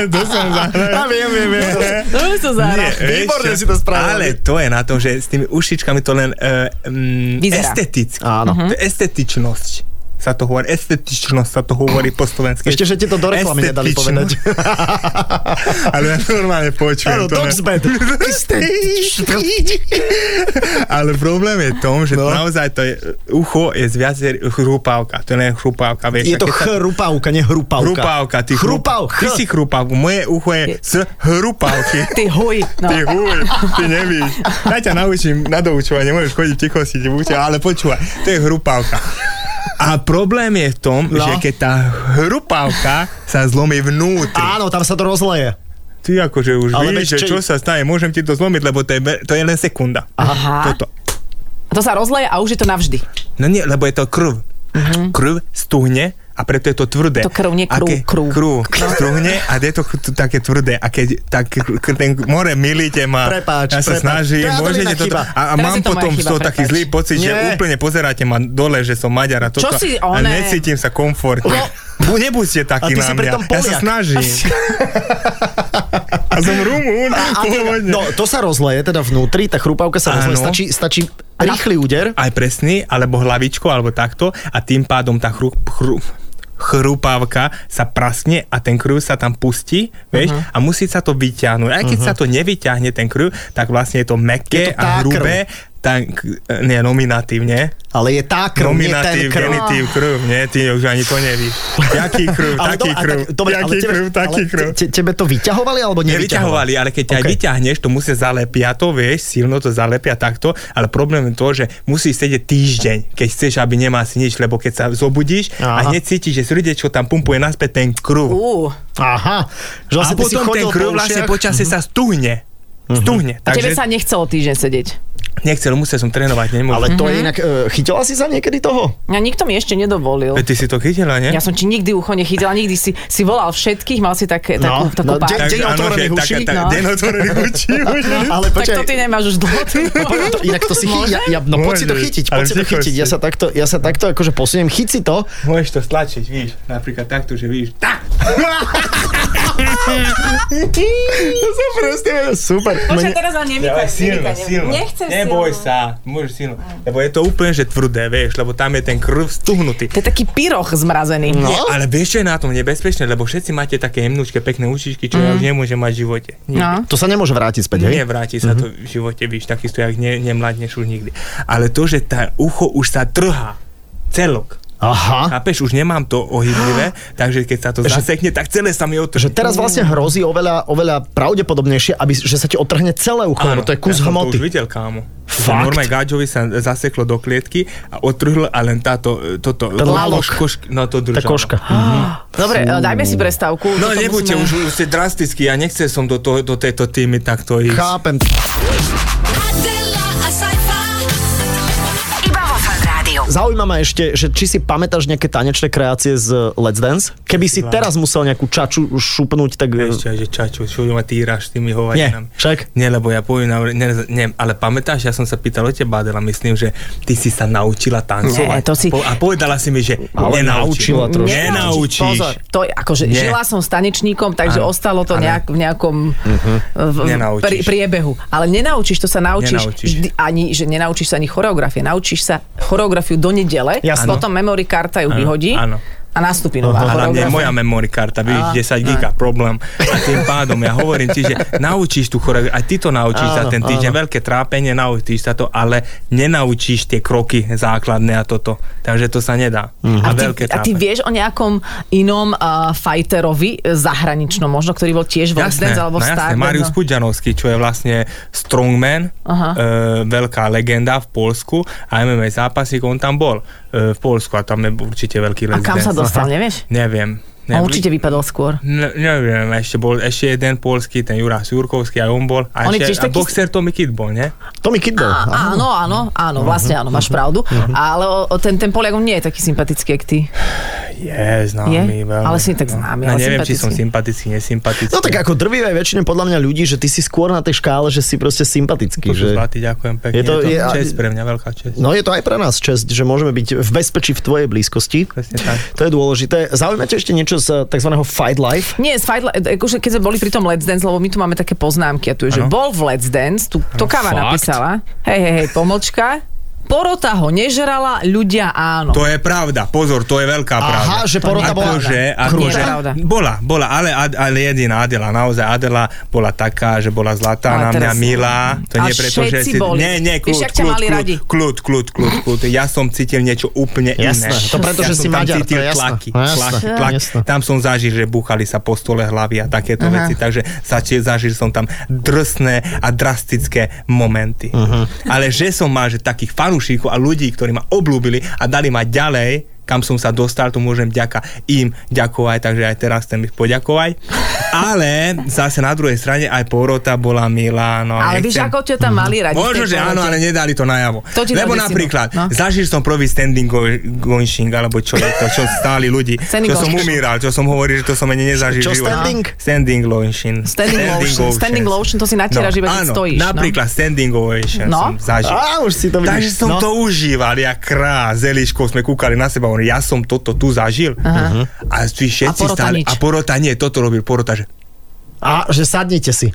[SPEAKER 2] to som zahral.
[SPEAKER 3] Ja viem, viem, viem.
[SPEAKER 5] No, už to
[SPEAKER 2] Nie,
[SPEAKER 5] zahral.
[SPEAKER 2] vieš
[SPEAKER 3] Výborne
[SPEAKER 2] čo?
[SPEAKER 3] si to spravil.
[SPEAKER 2] Ale to je na tom, že s tými ušičkami to len uh, um,
[SPEAKER 5] Vyzerá.
[SPEAKER 2] esteticky.
[SPEAKER 3] Áno.
[SPEAKER 2] To je estetičnosť sa to hovorí, estetičnosť sa to hovorí po slovensky.
[SPEAKER 3] Ešte, že ti to do reklamy nedali
[SPEAKER 2] Estetično.
[SPEAKER 3] povedať.
[SPEAKER 2] Ale ja normálne počujem.
[SPEAKER 3] Áno,
[SPEAKER 2] to ne-
[SPEAKER 3] dog's bed.
[SPEAKER 2] Ale problém je tom, že
[SPEAKER 3] No.
[SPEAKER 2] no. naozaj to je, ucho je z viacej chrupavka. To je len chrupavka, vieš.
[SPEAKER 3] Je
[SPEAKER 2] a
[SPEAKER 3] to
[SPEAKER 2] keď sa-
[SPEAKER 3] chrupavka, nie hrupavka.
[SPEAKER 2] Hrupavka, ty
[SPEAKER 3] Chrupav,
[SPEAKER 2] chrup- Ty si chrupavka, moje ucho je z hrupavky.
[SPEAKER 5] Ty huj. No.
[SPEAKER 2] Ty huj, ty nevíš. Ja ťa naučím na doučovanie, môžeš chodiť ticho si, ti učia, ale počúvaj, to je hrupavka. A problém je v tom,
[SPEAKER 3] No.
[SPEAKER 2] no. že keď tá hrupavka sa zlomí vnútri,
[SPEAKER 3] Áno, tam sa to rozleje.
[SPEAKER 2] Ty akože už Ale
[SPEAKER 3] Ale veď
[SPEAKER 2] vieš, že
[SPEAKER 3] čo-
[SPEAKER 2] čo sa stane, môžem ti to zlomiť, lebo to je, be- to je len sekunda.
[SPEAKER 5] Aha.
[SPEAKER 2] Toto.
[SPEAKER 5] To sa rozleje a už je to navždy.
[SPEAKER 2] No nie, lebo je to krv. Uh-huh. Krv stuhne a preto je to tvrdé.
[SPEAKER 5] Mhm. To krv, nie
[SPEAKER 2] A
[SPEAKER 5] krú,
[SPEAKER 2] ke-
[SPEAKER 5] krú.
[SPEAKER 2] Krú, stuhne a je to ch- t- také tvrdé. A keď tak kr- kr- ten more milíte ma,
[SPEAKER 3] Prepáč,
[SPEAKER 2] ja sa
[SPEAKER 3] prepáč.
[SPEAKER 2] snažím,
[SPEAKER 3] Teraz to
[SPEAKER 2] môžete
[SPEAKER 3] je iná
[SPEAKER 2] toto.
[SPEAKER 3] chyba.
[SPEAKER 2] A, a
[SPEAKER 5] Teraz
[SPEAKER 2] mám
[SPEAKER 5] je to moja
[SPEAKER 2] potom
[SPEAKER 5] chyba,
[SPEAKER 2] z toho taký
[SPEAKER 5] prepáč.
[SPEAKER 2] zlý pocit, že
[SPEAKER 3] Nie.
[SPEAKER 2] úplne pozeráte ma dole, že som Maďar a toto.
[SPEAKER 5] Čo si,
[SPEAKER 2] a
[SPEAKER 5] oné?
[SPEAKER 2] necítim sa komfortne. Bu, nebuďte taký
[SPEAKER 3] No. A ty
[SPEAKER 2] na
[SPEAKER 3] si
[SPEAKER 2] mňa.
[SPEAKER 3] pritom
[SPEAKER 2] Ja sa
[SPEAKER 3] Poliak.
[SPEAKER 2] snažím. a som Rumún.
[SPEAKER 3] A teda,
[SPEAKER 2] pôvodne.
[SPEAKER 3] no, to sa rozleje teda vnútri, tá chrupavka sa rozleje.
[SPEAKER 2] Áno.
[SPEAKER 3] Stačí, stačí rýchly úder.
[SPEAKER 2] aj presný, alebo hlavičko, alebo takto a tým pádom tá chru, chru, chrupávka sa praskne a ten krv sa tam pustí, vieš,
[SPEAKER 3] Mhm.
[SPEAKER 2] uh-huh. a musí sa to vyťahnuť. Aj keď uh-huh. sa to nevyťahne ten krv, tak vlastne je to
[SPEAKER 3] Je
[SPEAKER 2] meké
[SPEAKER 3] to
[SPEAKER 2] a
[SPEAKER 3] tá
[SPEAKER 2] hrubé, tak, e, nie, nominatívne.
[SPEAKER 3] Ale je tá krv, nie ten
[SPEAKER 2] Nominatív,
[SPEAKER 3] krv.
[SPEAKER 2] genitív, krv, nie, ty už ani to nevíš. Jaký krv, taký
[SPEAKER 3] a
[SPEAKER 2] krv,
[SPEAKER 3] tak- dobre, ale
[SPEAKER 2] jaký
[SPEAKER 3] tebe-
[SPEAKER 2] krv, taký
[SPEAKER 3] ale
[SPEAKER 2] krv.
[SPEAKER 3] Te, tebe to vyťahovali alebo nevyťahovali?
[SPEAKER 2] Nevyťahovali, ale keď okay. aj
[SPEAKER 3] Ok.
[SPEAKER 2] vyťahneš, to musia zalepia to, vieš, silno to zalepia takto, ale problém je to, že musíš sedieť týždeň, keď chceš, aby nemá si nič, lebo keď sa zobudíš Aha.
[SPEAKER 3] Aha.
[SPEAKER 2] a hneď cítiš, že srdečko tam pumpuje naspäť ten krv.
[SPEAKER 5] Ú.
[SPEAKER 3] Aha, že
[SPEAKER 2] a
[SPEAKER 3] vlastne ty si
[SPEAKER 2] potom
[SPEAKER 3] chodil
[SPEAKER 2] ten krv
[SPEAKER 3] po
[SPEAKER 2] vlastne
[SPEAKER 3] ušiach.
[SPEAKER 2] počasie sa stuhne. Stuhne.
[SPEAKER 5] A tebe
[SPEAKER 2] Takže
[SPEAKER 5] sa nechcelo týždeň sedieť.
[SPEAKER 2] nechcel, musel som trénovať, nemôžem.
[SPEAKER 3] Ale
[SPEAKER 2] Ale...
[SPEAKER 3] to
[SPEAKER 5] Mhm.
[SPEAKER 3] je inak, e, chytila si za niekedy toho?
[SPEAKER 5] Ja nikto mi ešte nedovolil.
[SPEAKER 2] Ty si to chytila, nie?
[SPEAKER 5] Ja som ti nikdy ucho nechytila, nikdy si, si volal všetkých, mal si také, takú,
[SPEAKER 3] No,
[SPEAKER 5] takú
[SPEAKER 3] no,
[SPEAKER 5] pár-
[SPEAKER 3] de-
[SPEAKER 2] Takže
[SPEAKER 3] Deň
[SPEAKER 2] áno, že
[SPEAKER 3] otvorených
[SPEAKER 2] taká-
[SPEAKER 3] uší,
[SPEAKER 2] tá-
[SPEAKER 5] no.
[SPEAKER 2] Deň otvorených uší. už.
[SPEAKER 3] Ale
[SPEAKER 5] Tak to
[SPEAKER 3] počkaj,
[SPEAKER 5] ty nemáš už dlho. ty vole.
[SPEAKER 3] to, inak to si chy, ja, ja, no poď si to
[SPEAKER 2] Môžeš,
[SPEAKER 3] chytiť,
[SPEAKER 2] ale
[SPEAKER 3] poď si to
[SPEAKER 2] ticho
[SPEAKER 3] chytiť,
[SPEAKER 2] si.
[SPEAKER 3] ja sa takto, ja sa takto akože posuniem, chyť si to,
[SPEAKER 2] Môžeš to stlačiť, víš, napríklad takto, že víš, tak!
[SPEAKER 3] super.
[SPEAKER 5] Počkaj, teraz ale nemýkaj,
[SPEAKER 2] Ale silno,
[SPEAKER 5] nemýkaj, nemýkaj.
[SPEAKER 2] silno.
[SPEAKER 5] Nechcem
[SPEAKER 2] Neboj
[SPEAKER 5] silno.
[SPEAKER 2] sa, môžeš silno. Lebo je to úplne, že tvrdé, vieš, lebo tam je ten krv stuhnutý.
[SPEAKER 5] To je taký pyroch zmrazený.
[SPEAKER 2] No? Nie, ale vieš, čo je na tom nebezpečné? Lebo všetci máte také jemnúčke, pekné ušičky, čo mm. ja už nemôžem mať v živote.
[SPEAKER 5] No.
[SPEAKER 3] To sa nemôže vrátiť späť, hej?
[SPEAKER 2] Nevráti sa to v živote, víš, takisto, jak ne, nemladneš už nikdy. Ale to, že tá ucho už sa trhá, celok.
[SPEAKER 3] Aha.
[SPEAKER 2] Chápeš, už nemám to ohyblivé, takže keď sa to zasekne, tak celé sa mi otrhne.
[SPEAKER 3] Že teraz vlastne hrozí oveľa, oveľa pravdepodobnejšie, aby, že sa ti otrhne celé ucho, lebo to je kus
[SPEAKER 2] ja som To už
[SPEAKER 3] hmoty.
[SPEAKER 2] videl, kámo.
[SPEAKER 3] Fakt?
[SPEAKER 2] Fakt? Normálne Gáďovi sa zaseklo do klietky a otrhlo a len táto, e, toto,
[SPEAKER 3] Ten lalok.
[SPEAKER 2] koš- koš- no to
[SPEAKER 3] Tá
[SPEAKER 2] držalo.
[SPEAKER 3] koška.
[SPEAKER 2] Mhm.
[SPEAKER 5] Dobre, e, dajme si prestávku.
[SPEAKER 2] No
[SPEAKER 5] toto
[SPEAKER 2] nebuďte,
[SPEAKER 5] musíme-
[SPEAKER 2] už, už ste drastickí, ja nechcel som do, toho, do tejto týmy takto ísť.
[SPEAKER 3] Chápem.
[SPEAKER 4] Adela, a sci-fi.
[SPEAKER 1] Iba vo Fan Rádiu.
[SPEAKER 3] Zaujíma ma ešte, že či si pamätáš nejaké tanečné kreácie z eh, Let's Dance? Keby si teraz musel nejakú čaču šupnúť, tak...
[SPEAKER 2] Vieš čo, že čaču, čo ma týraš tými
[SPEAKER 3] Nie,
[SPEAKER 2] hovarinami.
[SPEAKER 3] však.
[SPEAKER 2] Nie, lebo ja poviem, na- ne, ne, ale pamätáš, ja som sa pýtal o teba, Adela, myslím, že ty si sa naučila tancovať.
[SPEAKER 5] Nie, to si-
[SPEAKER 2] Po, a povedala si mi, že
[SPEAKER 3] Ale
[SPEAKER 2] nenaučila.
[SPEAKER 3] naučila trošku.
[SPEAKER 2] Nenaučíš.
[SPEAKER 5] Pozor, to je, akože
[SPEAKER 2] Nie.
[SPEAKER 5] žila som s tanečníkom, takže
[SPEAKER 2] Áno,
[SPEAKER 5] ostalo
[SPEAKER 2] áno.
[SPEAKER 5] to
[SPEAKER 2] Mhm.
[SPEAKER 5] nejak, v nejakom v, v-
[SPEAKER 2] Nenaučíš.
[SPEAKER 5] pri, priebehu. Ale nenaučíš, to sa naučíš,
[SPEAKER 2] Nenaučíš.
[SPEAKER 5] Vždy, ani, že nenaučíš sa ani choreografie, naučíš sa choreografiu do nedele,
[SPEAKER 3] Jasné.
[SPEAKER 5] potom memory karta ju
[SPEAKER 2] Áno,
[SPEAKER 5] vyhodí
[SPEAKER 2] áno.
[SPEAKER 5] a nastúpi
[SPEAKER 2] A
[SPEAKER 5] nová
[SPEAKER 2] hlavne
[SPEAKER 5] choreografia.
[SPEAKER 2] moja memory karta, vidíš, 10 giga, problém. A tým pádom ja hovorím ti, že naučíš tú choreografiu, aj ty to naučíš za
[SPEAKER 3] Áno,
[SPEAKER 2] ten týždeň, veľké trápenie, naučíš sa to, ale nenaučíš tie kroky základné a toto. Takže to sa nedá. A,
[SPEAKER 5] Mhm. A ty,
[SPEAKER 2] veľké
[SPEAKER 5] a ty
[SPEAKER 2] trápenie.
[SPEAKER 5] vieš o nejakom inom uh, fighterovi e, zahraničnom možno, ktorý bol tiež v Let's
[SPEAKER 2] Jasné,
[SPEAKER 5] Dance alebo
[SPEAKER 2] no
[SPEAKER 5] v
[SPEAKER 2] jasné,
[SPEAKER 5] Stardance?
[SPEAKER 2] Marius Pudžanovský, čo je vlastne strongman,
[SPEAKER 5] Aha.
[SPEAKER 2] e, veľká legenda v Polsku a MMA zápasík, on tam bol e, v Polsku a tam je určite veľký
[SPEAKER 5] A kam sa
[SPEAKER 2] Dance.
[SPEAKER 5] dostal, nevieš?
[SPEAKER 2] Neviem.
[SPEAKER 5] On určite vypadol skôr.
[SPEAKER 2] Ne, neviem, ešte bol ešte jeden polský, ten Jurás Jurkovský, aj on bol. A,
[SPEAKER 5] On je
[SPEAKER 2] ešte,
[SPEAKER 5] tiež
[SPEAKER 2] a
[SPEAKER 5] taký-
[SPEAKER 2] boxer Tommy Kid bol, nie?
[SPEAKER 3] Tommy Kid bol. Aha.
[SPEAKER 5] Áno, áno, áno, vlastne áno, máš pravdu.
[SPEAKER 2] Mhm.
[SPEAKER 5] Ale o, o, ten, ten Poliak on nie je taký sympatický, jak ty.
[SPEAKER 2] Je známy.
[SPEAKER 5] Je?
[SPEAKER 2] Veľmi,
[SPEAKER 5] Ale si tak známy,
[SPEAKER 2] No,
[SPEAKER 5] ale
[SPEAKER 2] neviem, či
[SPEAKER 5] sympatický.
[SPEAKER 2] som sympatický, nesympatický.
[SPEAKER 3] No tak ako drvivé väčšine podľa mňa ľudí, že ty si skôr na tej škále, že si proste sympatický.
[SPEAKER 2] To sú
[SPEAKER 3] Že...
[SPEAKER 2] zlatý, ďakujem pekne.
[SPEAKER 3] Je
[SPEAKER 2] Je
[SPEAKER 3] to-
[SPEAKER 2] to,
[SPEAKER 3] je- a-
[SPEAKER 2] čest pre mňa, veľká čest.
[SPEAKER 3] No je to aj pre nás čest, že môžeme byť v bezpečí v tvojej blízkosti.
[SPEAKER 2] Presne tak.
[SPEAKER 3] To je dôležité. Zaujímate ešte niečo z tzv. fight life?
[SPEAKER 5] Nie, z Fight Li- akože keď sme boli pri tom Let's Dance, lebo my tu máme také poznámky a tu je, že
[SPEAKER 2] Áno.
[SPEAKER 5] bol v Let's Dance, tu, to Kava
[SPEAKER 2] fakt?
[SPEAKER 5] napísala. Hej, hej, hej, pomlčka. Porota ho nežrala, ľudia áno.
[SPEAKER 2] To je pravda, pozor, to je veľká
[SPEAKER 3] Aha,
[SPEAKER 2] pravda.
[SPEAKER 3] že porota bola
[SPEAKER 2] Akože,
[SPEAKER 5] krúta?
[SPEAKER 2] akože,
[SPEAKER 5] Nie je pravda.
[SPEAKER 2] bola, bola, ale, Ad- ale jediná Adela, naozaj Adela bola taká, že bola zlatá
[SPEAKER 5] Ale
[SPEAKER 2] na mňa,
[SPEAKER 5] teraz-
[SPEAKER 2] milá. To
[SPEAKER 5] A
[SPEAKER 2] nie preto, že
[SPEAKER 5] všetci
[SPEAKER 2] si...
[SPEAKER 5] boli.
[SPEAKER 2] Nie, nie,
[SPEAKER 5] Vieš,
[SPEAKER 2] kľud,
[SPEAKER 5] jak ťa
[SPEAKER 2] kľud,
[SPEAKER 5] mali radi.
[SPEAKER 2] kľud, kľud, kľud, kľud, Ja som cítil niečo úplne
[SPEAKER 3] Jasné,
[SPEAKER 2] iné.
[SPEAKER 3] to preto, že
[SPEAKER 2] ja som
[SPEAKER 3] si
[SPEAKER 2] tam
[SPEAKER 3] Maďar, to
[SPEAKER 2] cítil
[SPEAKER 3] je jasné.
[SPEAKER 2] tlaky,
[SPEAKER 3] No jasné,
[SPEAKER 2] tlaky,
[SPEAKER 3] jasné.
[SPEAKER 2] tlaky.
[SPEAKER 3] Jasné.
[SPEAKER 2] Tam som zažil, že búchali sa po stole hlavy a takéto veci, takže zači- zažil som tam drsné a drastické momenty. Ale že som mal že takých fanúšikov a ľudí, ktorí ma oblúbili a dali ma ďalej, kam som sa dostal, to môžem vďaka im ďakovať, takže aj teraz chcem ich poďakovať. Ale zase na druhej strane aj porota bola milá. No,
[SPEAKER 5] ale vieš,
[SPEAKER 2] nechcem-
[SPEAKER 5] ako ťa tam mali radi. v
[SPEAKER 2] Možno,
[SPEAKER 5] tej
[SPEAKER 2] že áno,
[SPEAKER 5] porote?
[SPEAKER 2] ale nedali to najavo.
[SPEAKER 5] To ti
[SPEAKER 2] Lebo
[SPEAKER 5] dali
[SPEAKER 2] napríklad,
[SPEAKER 5] signál, no.
[SPEAKER 2] no? zažil som prvý standing go- goinšing, alebo čo je to, čo stáli ľudí.
[SPEAKER 5] Standing
[SPEAKER 2] čo som
[SPEAKER 5] goinšing.
[SPEAKER 2] umíral, čo som hovoril, že to som ani nezažil.
[SPEAKER 3] Čo
[SPEAKER 2] v živote.
[SPEAKER 3] standing?
[SPEAKER 2] Standing lotion.
[SPEAKER 5] Standing lotion. Standing lotion, to si natíraš iba, keď
[SPEAKER 2] áno,
[SPEAKER 5] stojíš, no.
[SPEAKER 2] napríklad standing ovation
[SPEAKER 5] No.
[SPEAKER 2] som zažil.
[SPEAKER 3] Á, už si to vidíš.
[SPEAKER 2] Takže som
[SPEAKER 3] No.
[SPEAKER 2] no. to užíval, ja krá, zeliško, sme kúkali na seba, on, ja som toto tu zažil. Aha. A tí všetci
[SPEAKER 5] A porota
[SPEAKER 2] stáli,
[SPEAKER 5] nič.
[SPEAKER 2] a porota nie, toto robil porota, že
[SPEAKER 3] A že sadnite si.